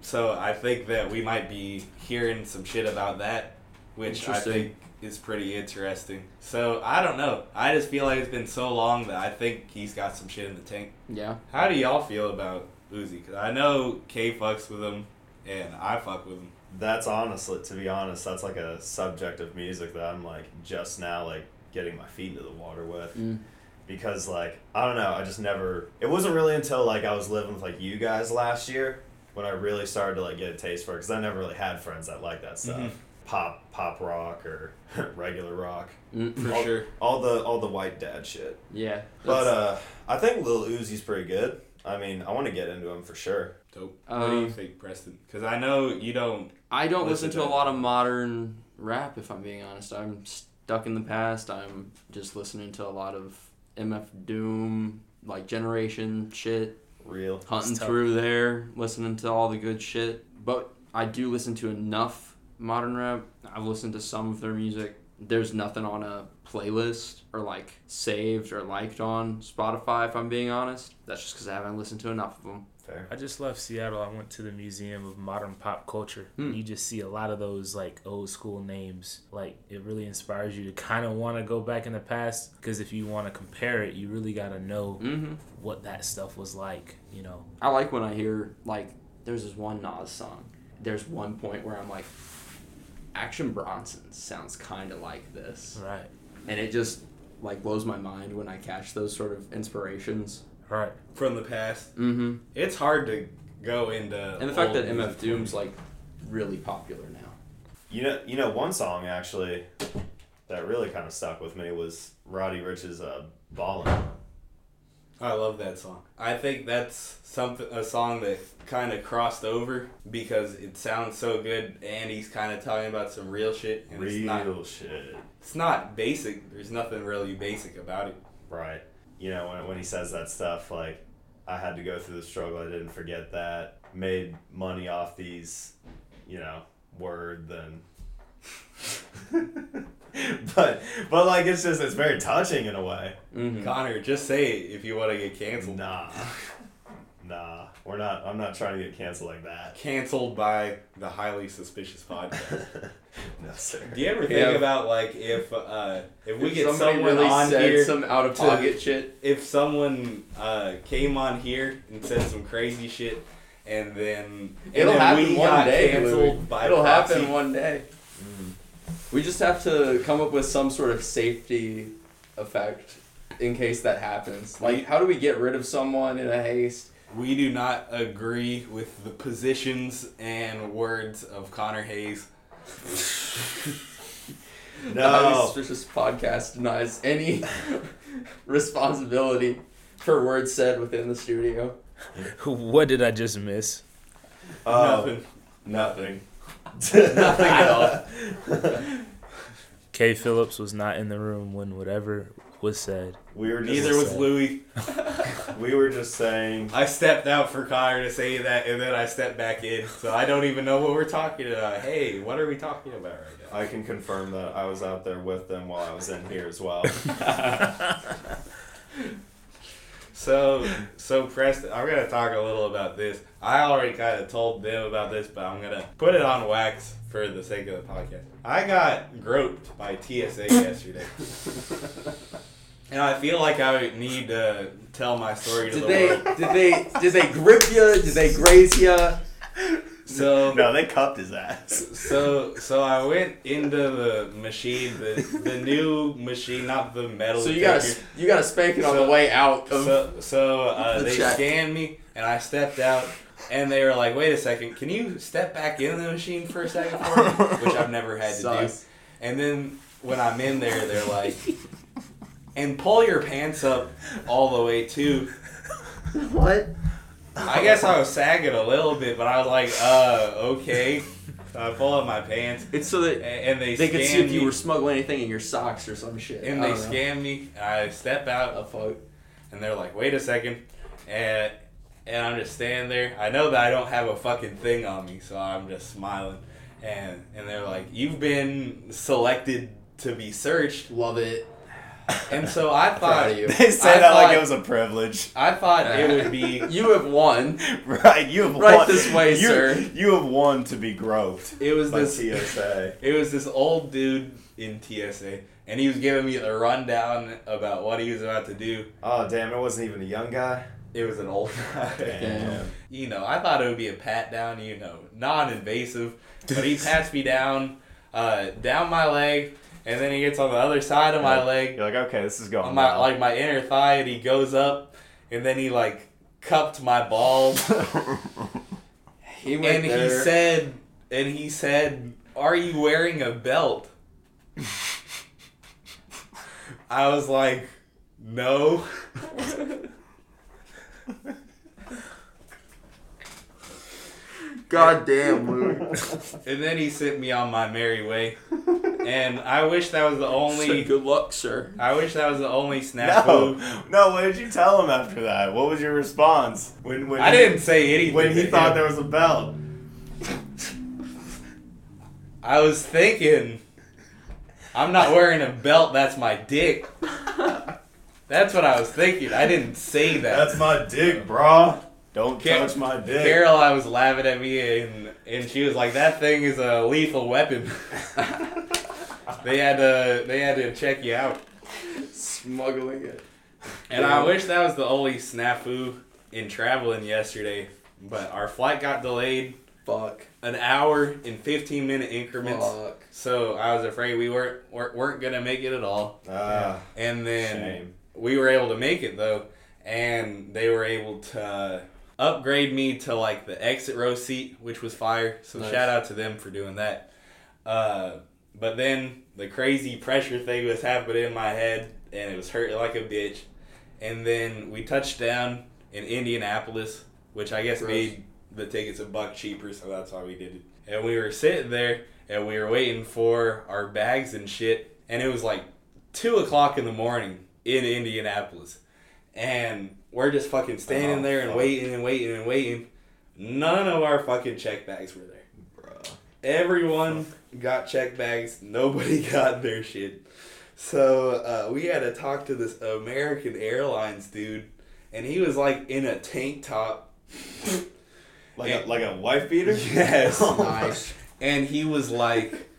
S1: So I think that we might be hearing some shit about that, which I
S2: Interesting.
S1: think is pretty interesting. So I don't know. I just feel like it's been so long that I think he's got some shit in the tank.
S2: Yeah.
S1: How do y'all feel about Uzi? 'Cause I know K fucks with him, and I fuck with him.
S3: That's honestly to be honest, that's like a subject of music that I'm like just now like getting my feet into the water with.
S2: Mm.
S3: because like I don't know, I just never. It wasn't really until like I was living with like you guys last year when I really started to like get a taste for it because I never really had friends that liked that stuff.
S1: Mhm.
S3: Pop, pop rock, or <laughs> regular rock.
S2: Mm,
S1: For
S3: all,
S1: sure.
S3: All the all the white dad shit.
S2: yeah.
S3: But
S2: that's-
S3: uh, I think Lil Uzi's pretty good. I mean, I want to get into him for sure.
S1: Dope. what do you
S2: Um,
S1: think, Preston? Because I know you don't.
S2: I don't
S1: listen
S2: listen to
S1: to
S2: a
S1: it.
S2: lot of modern rap, if I'm being honest. I'm stuck in the past. I'm just listening to a lot of MF Doom, like Generation shit,
S3: Real.
S2: hunting
S4: It's tough.
S2: through there, listening to all the good shit. But I do listen to enough modern rap. I've listened to some of their music. There's nothing on a playlist or like saved or liked on Spotify, if I'm being honest. That's just because I haven't listened to enough of them.
S3: Fair.
S4: I just left Seattle. I went to the Museum of Modern Pop Culture.
S2: Hmm.
S4: You just see a lot of those like old school names. Like it really inspires you to kind of want to go back in the past because if you want to compare it, you really got to know
S2: Mm-hmm.
S4: what that stuff was like. You know,
S2: I like when I hear like there's this one Nas song. There's one point where I'm like, Action Bronson sounds kind of like this,
S4: right,
S2: and it just like blows my mind when I catch those sort of inspirations.
S4: right. <laughs>
S1: From the past,
S2: Mm-hmm.
S1: it's hard to go into.
S2: And the fact
S1: old
S2: that MF
S1: music.
S2: Doom's like really popular now.
S3: You know, you know, one song actually that really kind of stuck with me was Roddy Rich's uh, "Ballin."
S1: I love that song. I think that's something a song that kind of crossed over because it sounds so good, and he's kind of talking about some real shit. And
S3: Real
S1: It's not,
S3: shit.
S1: it's not basic. There's nothing really basic about it.
S3: Right. You know, when, when he says that stuff, like, I had to go through the struggle, I didn't forget that, made money off these, you know, word, then. <laughs> but, but like, it's just, it's very touching in a way.
S2: Mm-hmm.
S1: Connor, just say it if you want to get canceled.
S3: Nah. Nah. We're not, I'm not trying to get canceled like that. <laughs>
S1: Canceled by the highly suspicious podcast.
S2: <laughs>
S3: no, sir.
S1: Do you ever think
S2: Yeah.
S1: about like if uh, if we
S2: If
S1: get
S2: somebody
S1: someone
S2: really
S1: on
S2: said
S1: here,
S2: some out of pocket shit.
S1: if someone uh, came on here and said some crazy shit, and then and
S2: It'll
S1: then
S2: happen
S1: we
S2: one
S1: got
S2: day.
S1: canceled
S2: Louis.
S1: by
S2: It'll
S1: proxy,
S2: happen one day. Mm. We just have to come up with some sort of safety effect in case that happens. Like, how do we get rid of someone in a haste?
S1: we do not agree with the positions and words of Connor Hayes.
S2: The Highly
S3: No.
S2: Suspicious podcast denies any <laughs> responsibility for words said within the studio.
S4: what did I just miss?
S3: Oh,
S1: Nothing.
S3: nothing. <laughs>
S2: Nothing at all.
S4: Kay Phillips was not in the room when whatever was said.
S3: We were just,
S1: Neither was Louis.
S3: we were just saying,
S1: I stepped out for Connor to say that, and then I stepped back in, so I don't even know what we're talking about. Hey, what are we talking about right now?
S3: I can confirm that I was out there with them while I was in here as well.
S1: So, so Preston, I'm gonna talk a little about this. I already kind of told them about this, but I'm gonna put it on wax for the sake of the podcast. I got groped by TSA
S2: <laughs>
S1: yesterday, and I feel like I need to tell my story to
S2: Did
S1: the
S2: they?
S1: world.
S2: Did they? Did they grip you? Did they graze you? <laughs>
S1: So,
S3: <laughs> No, they cupped his ass. <laughs>
S1: so, so I went into the machine, the the new machine, not the metal.
S2: So you got
S1: detector.
S2: a, you got a spanking on
S1: So-
S2: the way out of.
S1: So,
S2: <laughs>
S1: so uh,
S2: The
S1: they
S2: check.
S1: scanned me, and I stepped out, and they were like, "Wait a second, can you step back in the machine for a second for
S2: <laughs>
S1: me?" Which I've never had to
S2: Sus.
S1: do. And then when I'm in there, they're like, "And pull your pants up all the way too."
S2: what?
S1: I guess I was sagging a little bit, but I was like, "Uh, okay." So I pull up my pants,
S2: It's so
S1: a-
S2: that
S1: and they
S2: they
S1: scanned
S2: could see if
S1: me,
S2: you were smuggling anything in your socks or some shit.
S1: and
S2: I
S1: they
S2: don't know.
S1: scanned me, and I step out.
S2: Oh, fuck.
S1: and they're like, "Wait a second. and and I'm just standing there. I know that I don't have a fucking thing on me, so I'm just smiling. And and they're like, "You've been selected to be searched."
S2: Love it.
S1: And so I
S2: Proud
S1: thought
S2: of you.
S3: They
S1: I
S3: say that like
S1: thought-
S3: it was a privilege. <laughs>
S1: I thought it would be
S2: You have won.
S3: Right, you have
S2: Right
S3: won.
S2: this way,
S3: you,
S2: sir.
S3: You have won to be groped
S1: it was
S3: by
S1: this
S3: TSA.
S1: it was this old dude in TSA and he was giving me the rundown about what he was about to do.
S3: <laughs> Oh damn, it wasn't even a young guy.
S1: It was an old guy.
S3: Damn.
S1: you know, I thought it would be a pat down, you know, non invasive, but he pats me down, uh, down my leg, and then he gets on the other side of my leg,
S3: You're like, okay, this is
S2: Oh,
S3: going.
S1: on my
S3: well. <laughs>
S1: like my inner thigh, and he goes up, and then he like cupped my
S2: <laughs>
S1: balls,
S2: He went
S1: and he
S2: there.
S1: said, and he said, "Are you wearing a belt?" I was like,
S2: <laughs>
S1: "No."
S5: God damn,
S2: <laughs>
S5: Luke.
S1: And then he sent me on my merry way, and I wish that
S2: <laughs>
S1: was the only.
S2: Said, good luck, sir.
S1: I wish that was the only snafu.
S3: no, no. What did you tell him after that? What was your response when when
S1: I
S3: he-
S1: didn't say anything.
S3: when he
S1: to
S3: thought
S1: him.
S3: there was a belt?
S1: I was thinking, I'm not wearing a belt. That's my dick. That's what I was thinking. I didn't say that.
S3: That's my dick, bro. Don't
S1: Can't-
S3: touch my dick.
S1: Carol, I was laughing at me, and and she was like, "That thing is a lethal weapon." <laughs> they had to they had to check you out,
S2: Smuggling it.
S1: and I wish that was the only snafu in traveling yesterday. But our flight got delayed
S2: Fuck.
S1: an hour in 15 minute increments,
S2: Fuck.
S1: so I was afraid we weren't weren't weren't gonna make it at all.
S3: Ah,
S1: And then
S3: shame.
S1: we were able to make it though, and they were able to upgrade me to like the exit row seat, which was fire. So
S2: Nice.
S1: shout out to them for doing that. Uh, but then the crazy pressure thing was happening in my head, and it was hurting like a bitch. And then we touched down in Indianapolis, which I guess
S2: Gross.
S1: made the tickets a buck cheaper, so that's why we did it. And we were sitting there, and we were waiting for our bags and shit, and it was like two o'clock in the morning in Indianapolis, and we're just fucking standing
S3: Oh,
S1: there and
S3: fuck.
S1: waiting and waiting and waiting. None of our fucking check bags were there.
S3: Bruh.
S1: Everyone got check bags. Nobody <laughs> got their shit. So uh, we had to talk to this American Airlines dude, and he was like in a tank top.
S3: Like a, like a wife
S1: <laughs>
S3: beater? <laughs> Oh,
S1: Yes.
S2: Nice.
S1: And he was like,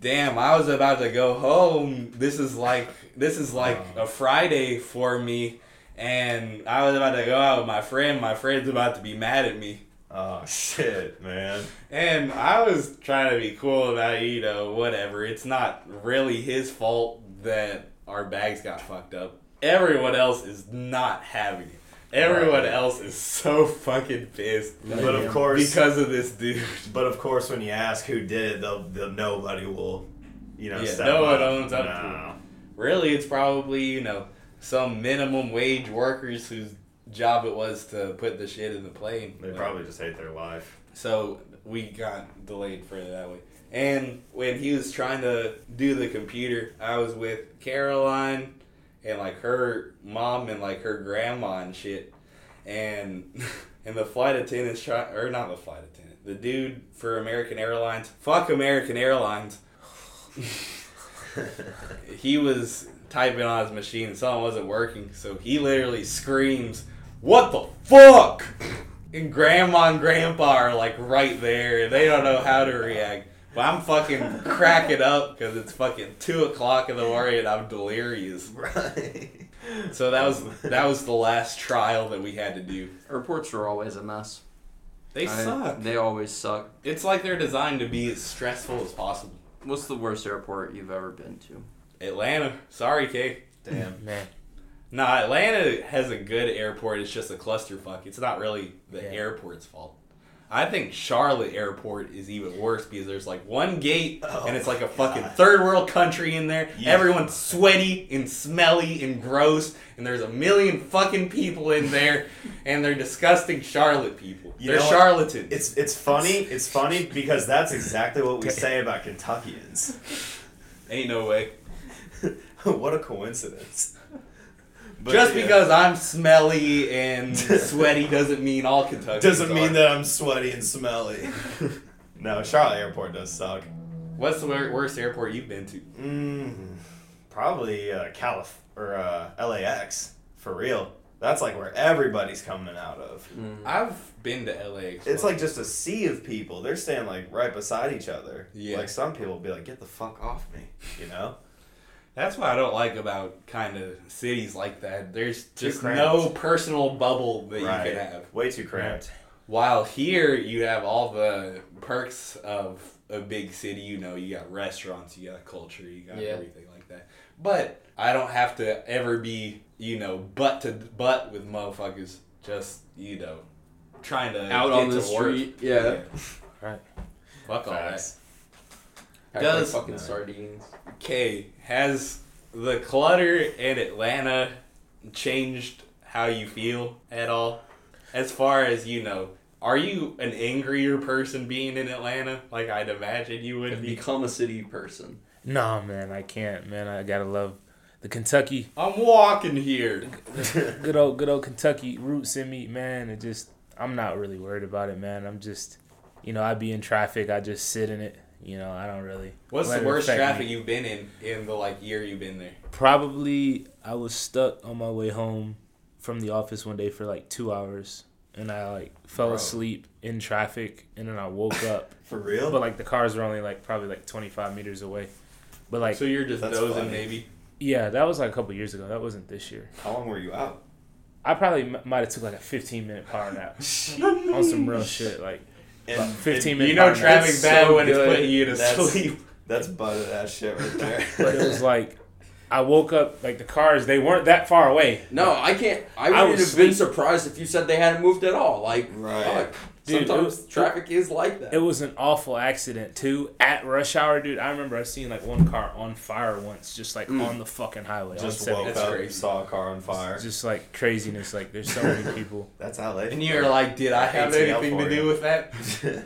S1: "Damn, I was about to go home. This is like this is like a Friday for me." And I was about to go out with my friend. My friend's about to be mad at me.
S3: Oh shit, man.
S1: And I was trying to be cool about it, you know, whatever. It's not really his fault that our bags got fucked up. Everyone else is not having it. Everyone
S3: Right.
S1: else is so fucking pissed.
S3: But of course,
S1: Because of this dude.
S3: but of course, when you ask who did it, they'll, they'll nobody will, you know.
S1: Yeah,
S3: step
S1: no one
S3: up.
S1: owns up to
S3: No.
S1: Really, it's probably, you know, some minimum wage workers whose job it was to put the shit in the plane.
S3: They probably just hate their life.
S1: So we got delayed further that way. And when he was trying to do the computer, I was with Caroline and like her mom and like her grandma and shit. And <laughs> and the flight attendants try or not the flight attendant, the dude for American Airlines. Fuck American Airlines. <laughs> he was typing on his machine and something wasn't working, so he literally screams, What the fuck? And grandma and grandpa are like right there. and They don't know how to react. But I'm fucking cracking up because it's fucking two o'clock in the morning and I'm delirious.
S3: <laughs> Right.
S1: So that was that was the last trial that we had to do.
S2: Airports are always a mess.
S1: They
S2: I-
S1: suck.
S2: They always suck.
S1: It's like they're designed to be as stressful as possible.
S2: What's the worst airport you've ever been to?
S1: Atlanta, sorry, K.
S3: Damn.
S4: Man,
S1: Nah, Atlanta has a good airport. It's just a clusterfuck. It's not really the
S4: Yeah.
S1: airport's fault. I think Charlotte Airport is even worse because there's like one gate and it's like a fucking third world country in there.
S3: Oh Yeah.
S1: Everyone's sweaty and smelly and gross, and there's a million fucking people in there, and they're disgusting Charlotte people.
S3: You
S1: they're
S3: know what?
S1: charlatans.
S3: It's it's funny. It's funny because that's exactly
S1: <laughs>
S3: what we say about Kentuckians. <laughs>
S1: Ain't no way.
S3: what a coincidence. But
S1: just
S3: yeah,
S1: because I'm smelly and
S3: <laughs>
S1: sweaty doesn't mean all Kentucky
S3: doesn't mean that I'm sweaty and smelly. no, Charlotte Airport does suck.
S1: What's the wor- worst airport you've been to?
S3: Mm, probably uh, Calif or uh, LAX for real. That's like where everybody's coming out of.
S1: I've been to LA.
S3: It's like just a sea of people. They're standing like right beside each other.
S1: Yeah.
S3: Like some people will be like, "Get the fuck off me," you know.
S1: that's what I don't like about kind of cities like that. There's just
S3: cramped.
S1: no personal bubble that you can have.
S3: Way too cramped.
S1: While here you have all the perks of a big city, you know, you got restaurants, you got culture, you got
S2: Yeah.
S1: everything like that. But I don't have to ever be, you know, butt to butt with motherfuckers just, you know, trying to
S2: Out
S1: get
S2: on the
S1: to work.
S2: street, yeah.
S4: Right.
S1: Fuck all that.
S3: Facts.
S2: Pack
S1: Does-
S2: like fucking sardines.
S1: Okay, has the clutter in Atlanta changed how you feel at all? As far as you know, are you an angrier person being in Atlanta? Like I'd imagine you would
S2: And
S1: be.
S2: become a city person.
S4: Nah, man, I can't, man. I gotta love the Kentucky,
S1: I'm walking here.
S4: good old, good old Kentucky roots in me, man. It just, I'm not really worried about it, man. I'm just, you know, I be in traffic, I just sit in it. You know, I don't really.
S1: What's
S4: let
S1: the
S4: it
S1: worst
S4: affect me.
S1: traffic you've been in in the like year you've been there?
S4: Probably, I was stuck on my way home from the office one day for like two hours, and I like fell
S1: Bro.
S4: asleep in traffic, and then
S1: <laughs>
S4: I woke up,
S3: <laughs> For real?
S4: but like the cars were only like probably like 25 meters away. But like,
S1: So you're just
S3: That's
S1: dozing,
S3: funny.
S1: maybe.
S4: yeah, that was like a couple years ago. That wasn't this year.
S3: How long were you out?
S4: I probably m- might have took like a 15 minute power
S1: <laughs>
S4: nap on some real shit. Like
S3: And,
S4: 15
S3: and
S4: minutes.
S1: You know,
S4: That's
S1: traffic bad
S2: so
S1: when it's
S2: good.
S1: putting you to
S3: That's-
S1: <laughs> sleep.
S3: That's butted ass shit right there.
S4: but it was like I woke up like the cars they weren't that far away.
S2: No, I can't. I
S4: I
S2: wouldn't have
S4: was
S2: been surprised if you said they hadn't moved at all. Like,
S3: Right.
S2: fuck.
S4: Dude, it
S2: Sometimes
S4: was-
S2: traffic is like that.
S4: It was an awful accident too at rush hour, dude. I remember I seen like one car on fire once, just like on the fucking
S3: <laughs>
S4: highway. on
S3: Mm. Just
S4: 70.
S3: woke
S1: That's
S3: up,
S1: crazy.
S3: saw a car on fire.
S4: just like craziness. Like there's so many people.
S3: That's LA.
S1: And you're like, did I have
S3: ATL
S1: anything to
S3: for
S1: do
S3: you.
S1: with that?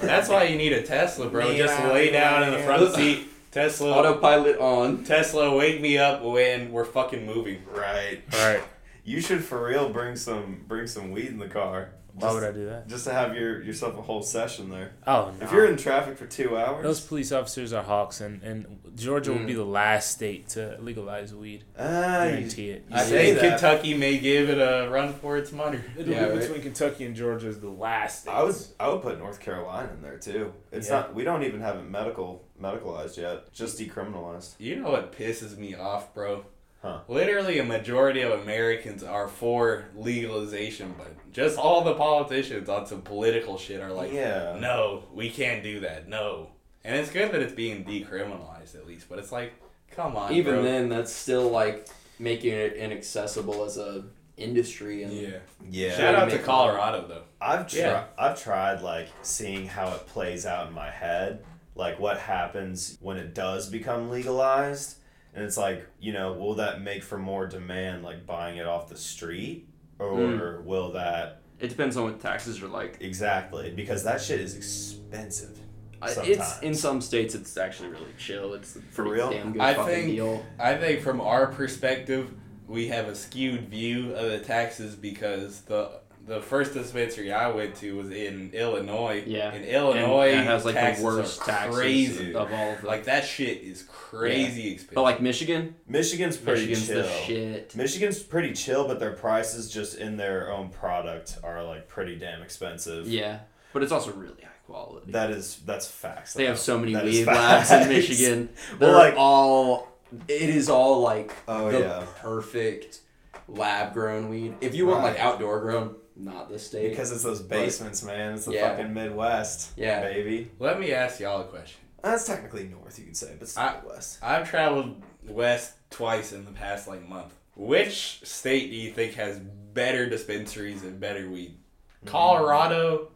S1: That's why you need a Tesla, bro.
S3: Yeah,
S1: Just lay down in the front seat. Tesla.
S2: Autopilot on.
S1: Tesla, wake me up when we're fucking moving.
S3: right.
S4: All right,
S3: You should for real bring some bring some weed in the car.
S4: why
S3: Just,
S4: would I do that?
S3: just to have your yourself a whole session there.
S4: Oh no.
S3: If you're in traffic for two hours,
S4: those police officers are hawks, and, and Georgia would
S3: Mm.
S4: be the last state to legalize weed.
S3: ah, you-
S4: Guarantee it.
S3: you
S1: I
S3: say
S1: think
S3: that.
S1: Kentucky may give it a run for its money.
S4: It'll
S1: <laughs>
S2: Yeah,
S4: be
S2: right.
S4: between Kentucky and Georgia is the last.
S3: I would I would put North Carolina in there too. It's
S4: Yeah.
S3: not we don't even have it medical medicalized yet. Just decriminalized.
S1: You know what pisses me off, bro?
S3: Huh.
S1: Literally, a majority of Americans are for legalization, but just all the politicians on some political shit are like,
S3: Yeah.
S1: no, we can't do that, no. And it's good that it's being decriminalized at least, but it's like, come on,
S2: Even
S1: bro.
S2: then, that's still like making it inaccessible as a industry. And
S1: yeah.
S3: Yeah.
S1: Shout out
S2: Make
S1: to
S2: it-
S1: Colorado though.
S3: I've tried.
S1: Yeah.
S3: I've tried like seeing how it plays out in my head, like what happens when it does become legalized, and it's like you know, will that make for more demand, like buying it off the street, or
S2: Mm.
S3: will that
S2: it depends on what taxes are like.
S3: exactly because that shit is expensive.
S2: I- It's
S3: Sometimes.
S2: in some states, it's actually really chill. It's for
S3: real?
S2: damn good
S1: I
S2: fucking
S1: think
S2: deal.
S1: I think from our perspective, we have a skewed view of the taxes because the the first dispensary I went to was in Illinois.
S2: Yeah.
S1: and
S2: And
S1: Illinois
S2: it has like
S1: taxes
S2: the worst
S1: are
S2: taxes
S1: crazy.
S2: of all of them.
S1: Like that shit is crazy expensive.
S2: but like Michigan,
S3: Michigan's pretty
S2: Michigan's
S3: chill.
S2: the shit.
S3: Michigan's pretty chill, but their prices just in their own product are like pretty damn expensive.
S2: Yeah, but it's also really high quality.
S3: That is that's facts.
S2: They have so many
S3: That is <laughs>
S2: weed labs in <laughs>
S3: facts.
S2: Michigan. They're
S3: Well, like-
S2: all. It is all like
S3: Oh,
S2: the
S3: yeah.
S2: perfect lab grown weed. If you want like
S3: Right.
S2: outdoor grown, not this state.
S3: Because it's those basements, man. It's the
S2: Yeah.
S3: fucking Midwest,
S2: Yeah.
S3: baby.
S1: Let me ask y'all a question.
S3: That's technically north, you can say, but it's
S1: I-
S3: not west.
S1: I've traveled west twice in the past like month. Which state do you think has better dispensaries and better weed?
S2: Hmm.
S1: Colorado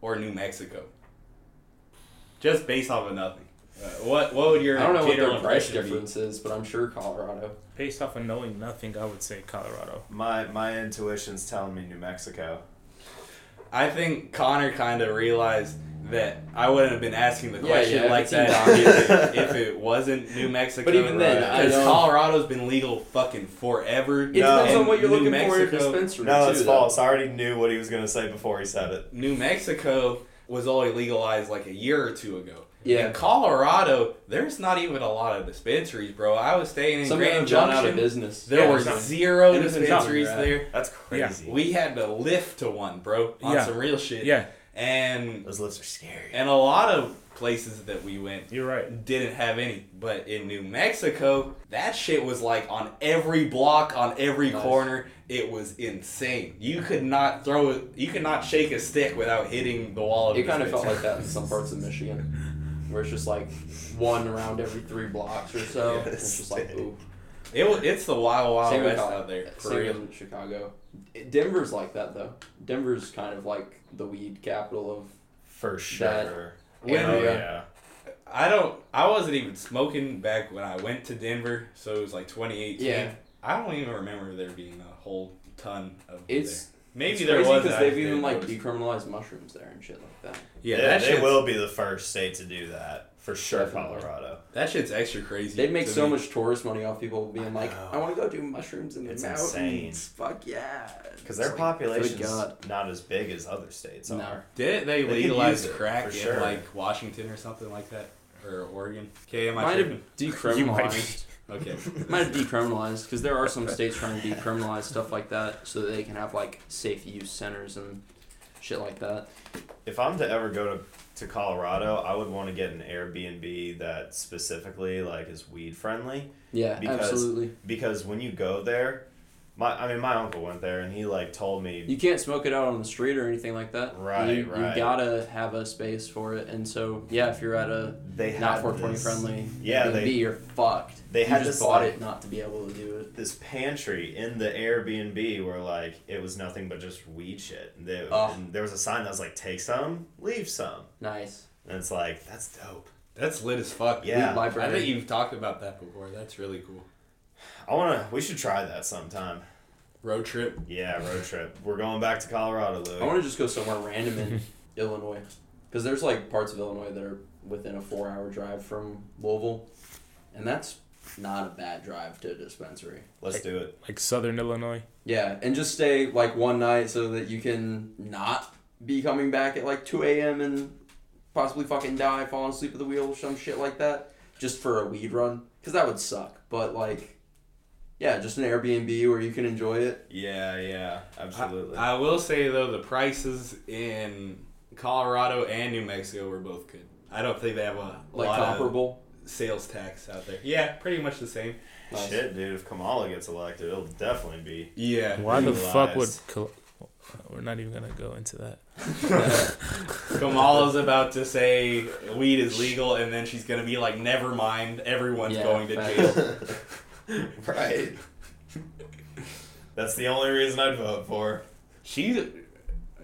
S1: or New Mexico? Just based off of nothing. Uh, what what would your
S2: I don't know what
S1: general
S2: their price
S1: impression be?
S2: difference is, but I'm sure Colorado.
S4: Based off of knowing nothing, I would say Colorado.
S3: My my intuition's telling me New Mexico.
S1: I think Connor kind of realized that I wouldn't have been asking the
S2: Yeah,
S1: question
S2: yeah,
S1: like
S2: it's
S1: that if
S2: obvious.
S1: it, if it wasn't New Mexico.
S2: But even then, I
S1: because
S2: don't-
S1: Colorado's been legal fucking forever.
S2: It depends
S1: And
S2: on what you're
S1: New
S2: looking for in a
S1: Mexico-
S2: dispensary.
S3: No,
S2: too,
S3: it's
S2: though.
S3: false. I already knew what he was gonna say before he said it.
S1: New Mexico was only legalized like a year or two ago.
S2: Yeah.
S1: In Colorado, there's not even a lot of dispensaries, bro. I was staying in
S2: Some of them
S1: Grand
S2: gone out of
S1: Junction.
S2: business.
S1: There
S4: Yeah,
S1: were
S4: it's not-
S1: zero
S4: it is in Junction,
S1: dispensaries
S2: right.
S1: there.
S3: That's crazy.
S1: We had to lift to one, bro, on
S4: Yeah.
S1: some real shit.
S4: Yeah.
S1: And
S3: Those lifts are scary.
S1: and a lot of places that we went
S4: You're right.
S1: didn't have any. But in New Mexico, that shit was like on every block, on every
S2: Nice.
S1: corner. It was insane. You could not throw it. You could not shake a stick without hitting the wall. Of
S2: It kind of
S1: this
S2: felt
S1: bitch.
S2: like that in some parts of Michigan, where it's just like one around every three blocks or so. <laughs>
S3: Yeah,
S2: it's just like
S3: same.
S2: oop.
S1: It wa- it's the wild wild
S2: Same with
S1: west
S2: Col-
S1: out there. For
S2: same
S1: real.
S2: with Chicago. Denver's like that though. Denver's kind of like the weed capital of
S3: for sure.
S1: When-
S3: oh
S2: Yeah.
S3: yeah.
S1: I don't. I wasn't even smoking back when I went to Denver, so it was like 2018.
S2: Yeah.
S1: I don't even remember there being a whole ton of.
S2: It's-
S1: there. maybe
S2: It's
S1: there
S2: crazy
S1: was.
S2: because
S1: I
S2: they've
S1: just
S2: even
S1: didn't
S2: like
S1: notice.
S2: decriminalized mushrooms there and shit like that.
S1: yeah.
S3: They-
S1: that
S3: they
S1: shit's,
S3: will be the first state to do that for sure.
S2: Definitely.
S3: Colorado.
S1: That shit's extra crazy.
S2: They make
S1: to
S2: so
S1: me.
S2: much tourist money off people being like,
S3: know.
S2: "I want to go do mushrooms in the
S3: It's
S2: mountains."
S3: insane.
S2: Fuck yeah!
S3: Because their
S2: It's like, good
S3: population's
S2: God.
S3: not as big as other states
S2: No.
S3: are.
S1: Didn't they,
S3: They could
S1: legalize
S3: use it,
S1: crack
S3: for
S1: in
S3: sure.
S1: like Washington or something like that, or Oregon? Okay, am I
S2: Might have
S1: tripping? <laughs>
S4: You might be.
S2: decriminalized.
S3: <laughs>
S1: Okay,
S2: <laughs> Might have decriminalized because there are some states trying to decriminalize stuff like that so that they can have like safe use centers and shit like that.
S3: If I'm to ever go to, to Colorado, I would want to get an Airbnb that specifically like is weed friendly.
S2: Yeah,
S3: Because-
S2: absolutely.
S3: Because when you go there, my I mean my uncle went there and he like told me
S2: You can't smoke it out on the street or anything like that.
S3: Right,
S2: you, You
S3: right.
S2: gotta have a space for it, and so yeah, if you're at a
S3: They
S2: not
S3: had
S2: 420
S3: this-
S2: friendly,
S3: Yeah,
S2: Airbnb,
S3: they-
S2: you're fucked.
S3: they
S2: you
S3: had
S2: just
S3: this,
S2: bought
S3: like-
S2: it not to be able to do it.
S3: this pantry in the Airbnb where like it was nothing but just weed shit. And, they,
S2: Oh.
S3: and there was a sign that was like take some, leave some,
S2: Nice.
S3: and it's like that's dope.
S1: that's lit as fuck.
S3: Yeah.
S2: Weed library.
S1: I think you've talked about that before. That's really cool.
S3: I wanna we should try that sometime.
S1: Road trip.
S3: Yeah, road trip. We're going back to Colorado, Louis.
S2: I want to just go somewhere random
S3: <laughs>
S2: in Illinois, because there's like parts of Illinois that are within a four-hour drive from Louisville, and that's not a bad drive to a dispensary.
S3: Let's do it.
S4: Like Southern Illinois.
S2: Yeah, and just stay like one night so that you can not be coming back at like 2 a.m. and possibly fucking die, falling asleep at the wheel, some shit like that, just for a weed run. Because that would suck. But like, yeah, just an Airbnb where you can enjoy it.
S3: Yeah, yeah, absolutely.
S1: I, I will say though, the prices in Colorado and New Mexico were both good. I don't think they have a
S2: Like
S1: lot
S2: comparable.
S1: of sales tax out there. Yeah, pretty much the same.
S2: Nice.
S3: Shit, dude, if Kamala gets elected, it'll definitely be.
S1: Yeah,
S4: Why the
S3: Legalized.
S4: fuck would? Col- We're not even gonna go into that.
S1: Kamala's about to
S3: <laughs>
S1: say weed is legal, and then she's gonna be like, "Never mind, everyone's
S2: Yeah,
S1: going to
S2: facts. <laughs>
S1: jail."
S3: <laughs> Right. That's the only reason I'd vote for.
S1: She,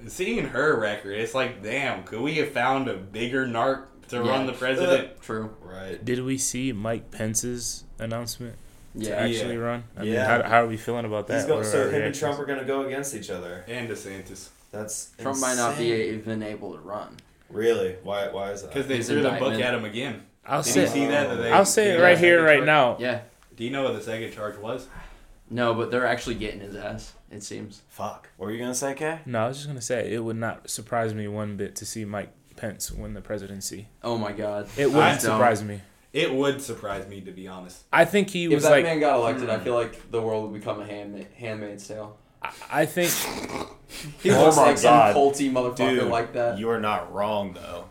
S1: seeing her record, it's like, damn, could we have found a bigger narc to
S2: Yeah.
S1: run the president?
S2: True.
S3: Right.
S4: Did we see Mike Pence's announcement to
S2: Yeah.
S4: actually run? I mean,
S3: Yeah.
S4: how, how are we feeling about that?
S3: He's going,
S4: What are
S3: so
S4: our
S3: him and
S4: reactions?
S3: Trump are going to go against each other.
S1: and DeSantis,
S3: That's
S2: Trump might not be
S3: insane.
S2: even able to run.
S3: Really? Why? Why is
S1: because
S3: that?
S1: they
S2: Uh, His
S1: threw the book
S2: indictment.
S1: at him again.
S4: I'll
S1: Did you
S4: say,
S1: see that? that they,
S4: I'll say it
S1: yeah.
S4: right here, right
S1: Second
S4: now.
S2: Yeah.
S1: charge- Do you know what the second charge was?
S2: No, but they're actually getting his ass, it seems.
S3: Fuck. What were you going to say, Kay?
S4: No, I was just gonna say it would not surprise me one bit to see Mike Pence win the presidency.
S2: Oh my god.
S4: It wouldn't
S2: I don't-
S4: surprise me.
S1: It would surprise me to be honest.
S4: I think he
S2: If
S4: was
S2: that
S4: like.
S2: man got elected,
S1: Hmm.
S2: I feel like the world would become a handma- handmaid's tale.
S4: I- I think
S2: He
S3: Oh
S2: looks
S3: my
S2: like
S3: God.
S2: some culty motherfucker like that.
S3: you are not wrong though.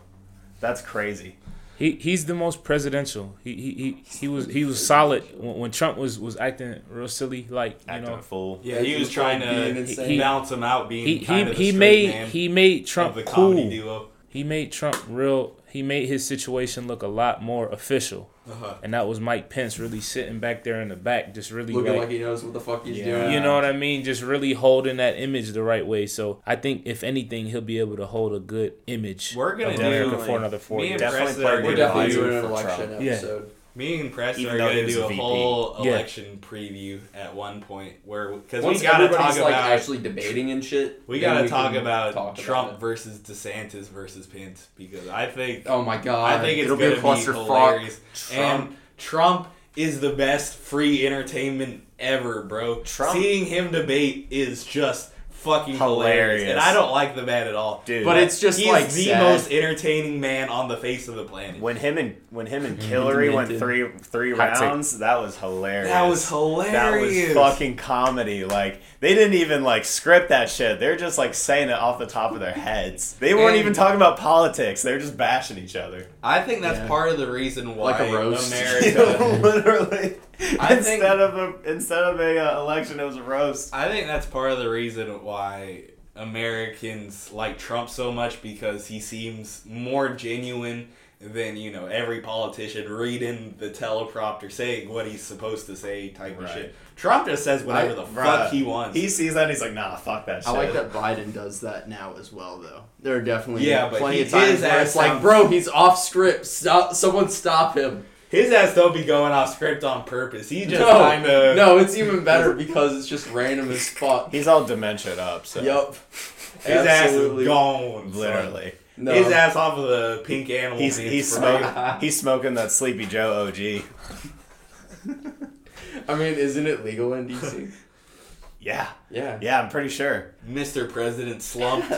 S3: That's crazy.
S4: He, he's the most presidential. He he, he, he was he was solid when, when Trump was, was acting real silly like you
S3: Acting
S4: know
S3: a fool.
S1: Yeah,
S2: That
S1: he was
S2: dude
S1: trying
S2: being
S1: to
S2: insane.
S1: he, balance him out, being
S4: he
S1: kind
S4: he,
S1: of the
S4: he
S1: straight
S4: made
S1: man
S4: he made
S1: of
S4: Trump
S1: the comedy
S4: cool.
S1: duo.
S4: He made Trump real. He made his situation look a lot more official,
S1: Uh-huh.
S4: and that was Mike Pence really sitting back there in the back, just really
S2: looking
S4: like,
S2: like he knows what the fuck he's
S3: Yeah.
S2: doing.
S4: you know what I mean, just really holding that image the right way. So I think if anything, he'll be able to hold a good image.
S1: We're gonna
S4: of America
S1: do-
S4: for another four
S1: me and
S4: years.
S3: Definitely
S1: Preston
S3: played
S1: are
S3: it
S2: We're
S1: gonna
S2: definitely
S1: do-
S2: doing an
S3: for
S2: election
S3: Trump.
S4: Yeah.
S2: episode.
S1: Me and Preston
S3: Even
S1: are
S3: though he
S1: gonna
S3: was
S1: do a
S3: VP.
S1: whole
S4: Yeah.
S1: election preview at one point where because we
S2: Once
S1: gotta talk
S2: everybody's
S1: about
S2: like actually debating and shit,
S1: we
S2: then
S1: gotta talk
S2: can
S1: about
S2: talk
S1: Trump
S2: about
S1: versus DeSantis versus Pence because I think
S2: it. oh my god!
S1: I think it's
S2: it'll
S1: gonna
S2: be a clusterfuck.
S1: hilarious. And Trump is the best free entertainment ever, bro.
S3: Trump-
S1: Seeing him debate is just fucking hilarious.
S3: Hilarious.
S1: and I don't like the man at all.
S3: Dude,
S2: But it's just
S1: He's
S2: like
S1: the
S2: sad.
S1: most entertaining man on the face of the planet.
S3: when him and when him and Killary went
S2: Demented.
S3: three three
S4: Hot take.
S3: rounds, that was hilarious.
S1: that was hilarious.
S3: That was fucking comedy. Like they didn't even like script that shit. They're just like saying it off the top of their heads. They weren't
S2: And-
S3: even talking about politics. They're just bashing each other.
S1: I think that's
S2: Yeah.
S1: part of the reason why
S2: Like a roast. <laughs>
S1: America.
S3: Literally.
S1: I
S3: instead
S1: think-
S3: of a instead of a uh, election, it was a roast.
S1: I think that's part of the reason why Americans like Trump so much because he seems more genuine than you know every politician reading the teleprompter saying what he's supposed to say type of
S3: Right.
S1: shit. Trump just says whatever
S2: I-
S1: the
S3: Bruh,
S1: fuck he wants.
S3: He sees that. He's like, nah, fuck that shit.
S2: I like that Biden does that now as well, though. There are definitely
S1: Yeah, but
S2: plenty
S1: he-
S2: of times
S1: his
S2: where it's
S1: ass
S2: like,
S1: sounds-
S2: bro, he's off script. Stop, someone stop him.
S1: His ass don't be going off script on purpose. He just
S2: no,
S1: kind of
S2: no, it's even better because it's just random as fuck.
S3: He's all dementia up. So
S2: Yup.
S1: his ass is gone. son.
S3: literally.
S2: No.
S1: His ass off of the pink animal.
S3: He's
S1: man's
S3: he's
S1: parade. <laughs>
S3: smoking he's smoking that Sleepy Joe OG.
S2: I mean, isn't it legal
S1: <laughs>
S2: in DC?
S3: Yeah,
S2: yeah.
S3: yeah, I'm pretty sure.
S1: Mr. President
S2: <laughs>
S1: slumped.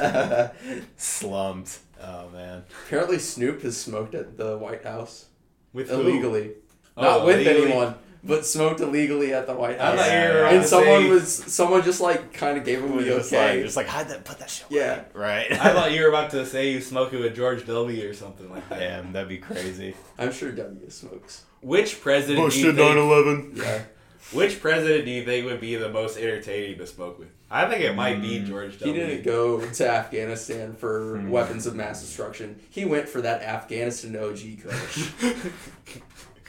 S3: Slumped. Oh man.
S2: Apparently, Snoop has smoked at the White House
S1: With who?
S2: illegally,
S1: Oh,
S2: not with
S1: illegally.
S2: anyone, but smoked illegally at the White
S1: I
S2: House.
S1: thought you were
S3: Yeah.
S1: about
S2: And
S1: to
S2: someone
S1: say-
S2: was someone just like kind of gave him the
S3: Just
S2: okay.
S3: like just like hide that, put that shit. away.
S2: yeah.
S3: Right.
S1: I
S3: <laughs>
S1: thought you were about to say you smoking with George W. or something like that.
S3: Damn, that'd be crazy.
S2: I'm sure W smokes.
S1: Which president? do you think,
S3: 11
S2: Yeah.
S1: which president do you think would be the most entertaining to smoke with? I think it might
S3: Mm,
S1: be George
S2: He
S1: W. Hmm.
S2: didn't go to Afghanistan for weapons of mass destruction. He went for that Afghanistan OG coach.
S1: <laughs>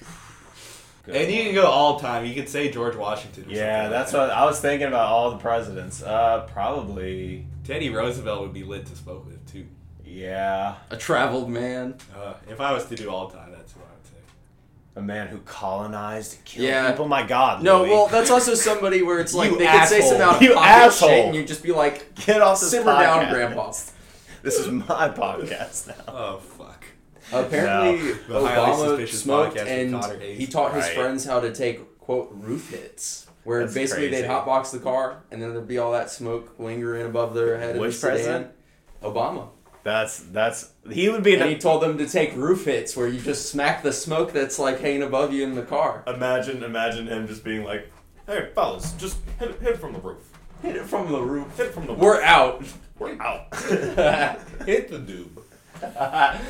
S1: and you can go all time. You could say George Washington. Or
S3: Yeah,
S1: something
S3: that's
S1: like
S3: what I was thinking about. All the presidents. Uh, probably.
S1: that. Teddy Roosevelt would be lit to smoke with too.
S3: Yeah,
S2: A traveled man.
S1: Uh, if I was to do all time, that's what I would say.
S3: a man who colonized, and killed
S2: Yeah.
S3: people. My God.
S2: No,
S3: Louis.
S2: well, that's also somebody where it's
S1: <laughs>
S2: like
S1: You
S2: they could say some
S1: asshole.
S2: out of
S3: You
S2: pocket shit,
S3: asshole.
S2: and you'd just be like,
S3: <laughs> get off this
S2: "Simmer down,
S3: podcast.
S2: Grandpa."
S3: <laughs> This is my podcast now.
S1: Oh fuck.
S2: Apparently,
S1: No. The highly
S2: Obama
S1: suspicious
S2: smoked
S1: podcast with
S2: and
S1: Connor Hayes.
S2: he taught his
S3: Right.
S2: friends how to take quote roof hits, where
S3: That's
S2: basically
S3: crazy.
S2: they'd hotbox the car and then there'd be all that smoke lingering above their head. in
S3: Which
S2: the sedan.
S3: president?
S2: Obama.
S3: That's that's he would be.
S2: And he
S3: An,
S2: told them to take roof hits, where you just smack the smoke that's like hanging above you in the car.
S3: imagine, imagine him just being like, "Hey, fellas, just hit, hit it from the roof.
S2: Hit it from the roof.
S3: Hit it from the
S2: We're out.
S3: We're out.
S2: <laughs>
S1: Hit the doob.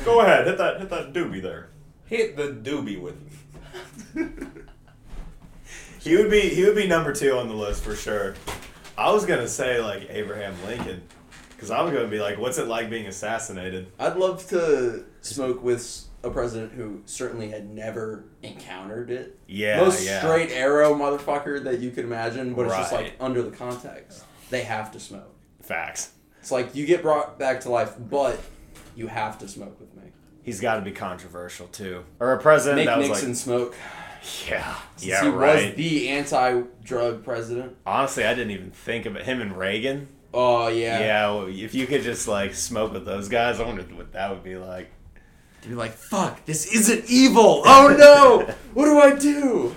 S3: Go ahead, hit that hit that doobie there."
S1: Hit the doobie with me.
S3: He would be he would be number two on the list for sure. I was gonna say like Abraham Lincoln, because I'm gonna be like, what's it like being assassinated?
S2: I'd love to smoke with s- a president who certainly had never encountered it.
S3: Yeah,
S2: Most
S3: yeah.
S2: straight arrow motherfucker that you could imagine, but it's just
S3: Right.
S2: like under the context. They have to smoke.
S3: Facts.
S2: It's like you get brought back to life, but you have to smoke with me.
S3: He's got to be controversial too, or a president
S2: Make
S3: that was
S2: Nixon smoke.
S3: like, yeah,
S2: Since
S3: yeah,
S2: he
S3: right.
S2: was the anti-drug president.
S3: Honestly, I didn't even think of it. Him and Reagan.
S2: Oh
S3: Yeah.
S2: yeah.
S3: well, if you could just like smoke with those guys, I wonder what that would be like.
S2: To be like, fuck, this isn't evil. Oh
S3: <laughs>
S2: no, what do I do?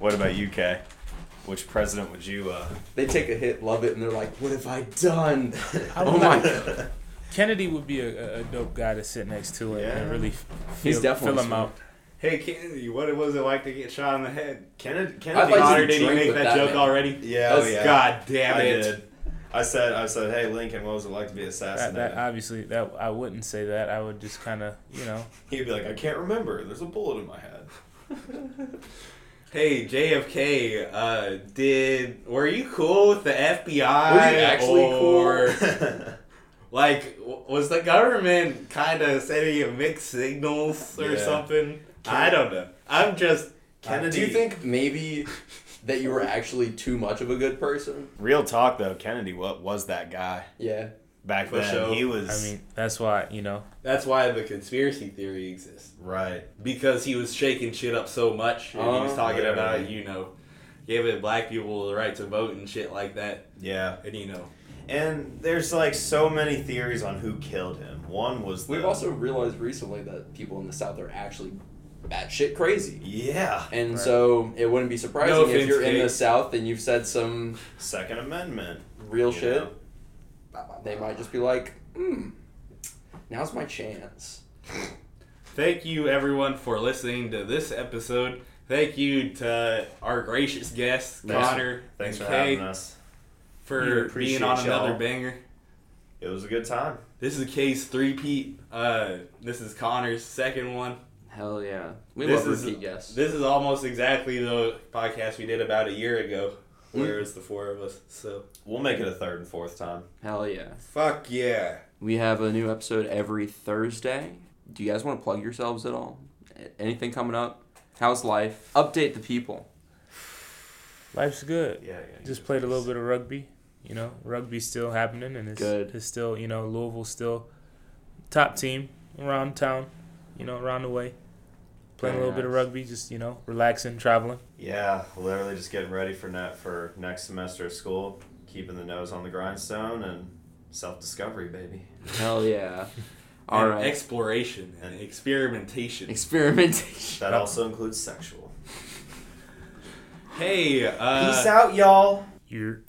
S3: What about you, Kay? Which president would you? uh
S2: They take a hit, love it, and they're like, what have I done? <laughs> oh my god.
S4: Kennedy would be a, a- a dope guy to sit next to and, and
S3: Yeah.
S4: really f-
S2: He's
S4: feel,
S2: definitely
S4: fill him
S2: smart.
S4: out.
S1: Hey Kennedy, what was it like to get shot in the head?
S3: <laughs> Kennedy.
S2: I'd
S3: Kennedy.
S2: like to
S1: Connor,
S2: do
S1: did you
S2: drink
S1: make
S2: with
S1: that
S2: that
S1: joke
S2: man.
S1: already?
S3: Yeah, oh, yeah.
S1: God damn
S3: I
S1: it.
S3: did. I said, I said, hey Lincoln, what was it like to be
S4: That,
S3: assassinated?
S4: that obviously that I wouldn't say that. I would just kind of you know
S3: He'd be like, I can't remember. There's a bullet in my head.
S1: Hey JFK, uh, did were you cool with the FBI? Were you
S2: actually
S1: or, <laughs> Like, w- was the government kind of sending you mixed signals or
S3: Yeah.
S1: something? I don't know. I'm just.
S3: Kennedy.
S2: Do you think maybe that you were actually too much of a good person?
S3: Real talk though, Kennedy. What was that guy
S2: Yeah.
S3: back
S1: For
S3: then?
S1: sure.
S3: He was
S4: I mean that's why you know
S1: That's why the conspiracy theory exists
S3: right.
S1: because he was shaking shit up so much, and he was
S2: Oh,
S1: talking
S3: yeah.
S1: about you know, giving black people the right to vote and shit like that,
S3: Yeah,
S1: and you know.
S3: and there's like so many theories on who killed him. One was the,
S2: We've also realized recently that people in the South are actually batshit crazy.
S3: yeah
S2: And
S3: Right.
S2: so it wouldn't be surprising if
S1: offense,
S2: you're in the
S1: Jake.
S2: South and you've said some
S3: Second Amendment
S2: real
S3: you
S2: shit.
S3: know?
S2: they might just be like, hmm, now's my chance.
S1: Thank you, everyone, for listening to this episode. Thank you to our gracious guests,
S3: Thanks-
S1: Connor
S3: Thanks for
S1: and Kay,
S3: having us.
S1: for
S3: We
S1: being on
S3: appreciate
S1: another
S3: y'all.
S1: banger.
S3: It was a good time.
S1: This is Kay's three-peat. Uh, this is Connor's second one.
S2: Hell yeah. We
S1: This
S2: love
S1: is-
S2: repeat guests.
S1: This is almost exactly the podcast we did about a year ago,
S3: Hmm?
S1: where it was the four of us. So
S3: We'll make it a third and fourth time.
S2: Hell yeah.
S1: fuck yeah.
S2: We have a new episode every Thursday. Do you guys want to plug yourselves at all? A- Anything coming up? How's life? Update the people.
S4: Life's good.
S3: Yeah, yeah.
S4: Just played a little bit of rugby. You know, rugby's still happening, and it's
S2: Good.
S4: it's still you know Louisville's still top team around town. You know, around the way. Playing a
S2: Very
S4: little bit of
S2: nice.
S4: rugby, just you know, relaxing, traveling.
S3: Yeah, literally just getting ready for net for next semester of school, keeping the nose on the grindstone and self discovery, baby.
S2: Hell yeah. uh,
S1: All
S2: All
S1: right.
S2: right.
S1: Exploration and experimentation.
S2: Experimentation.
S3: That also includes sexual.
S1: hey, uh,
S3: Peace out, y'all.
S4: You're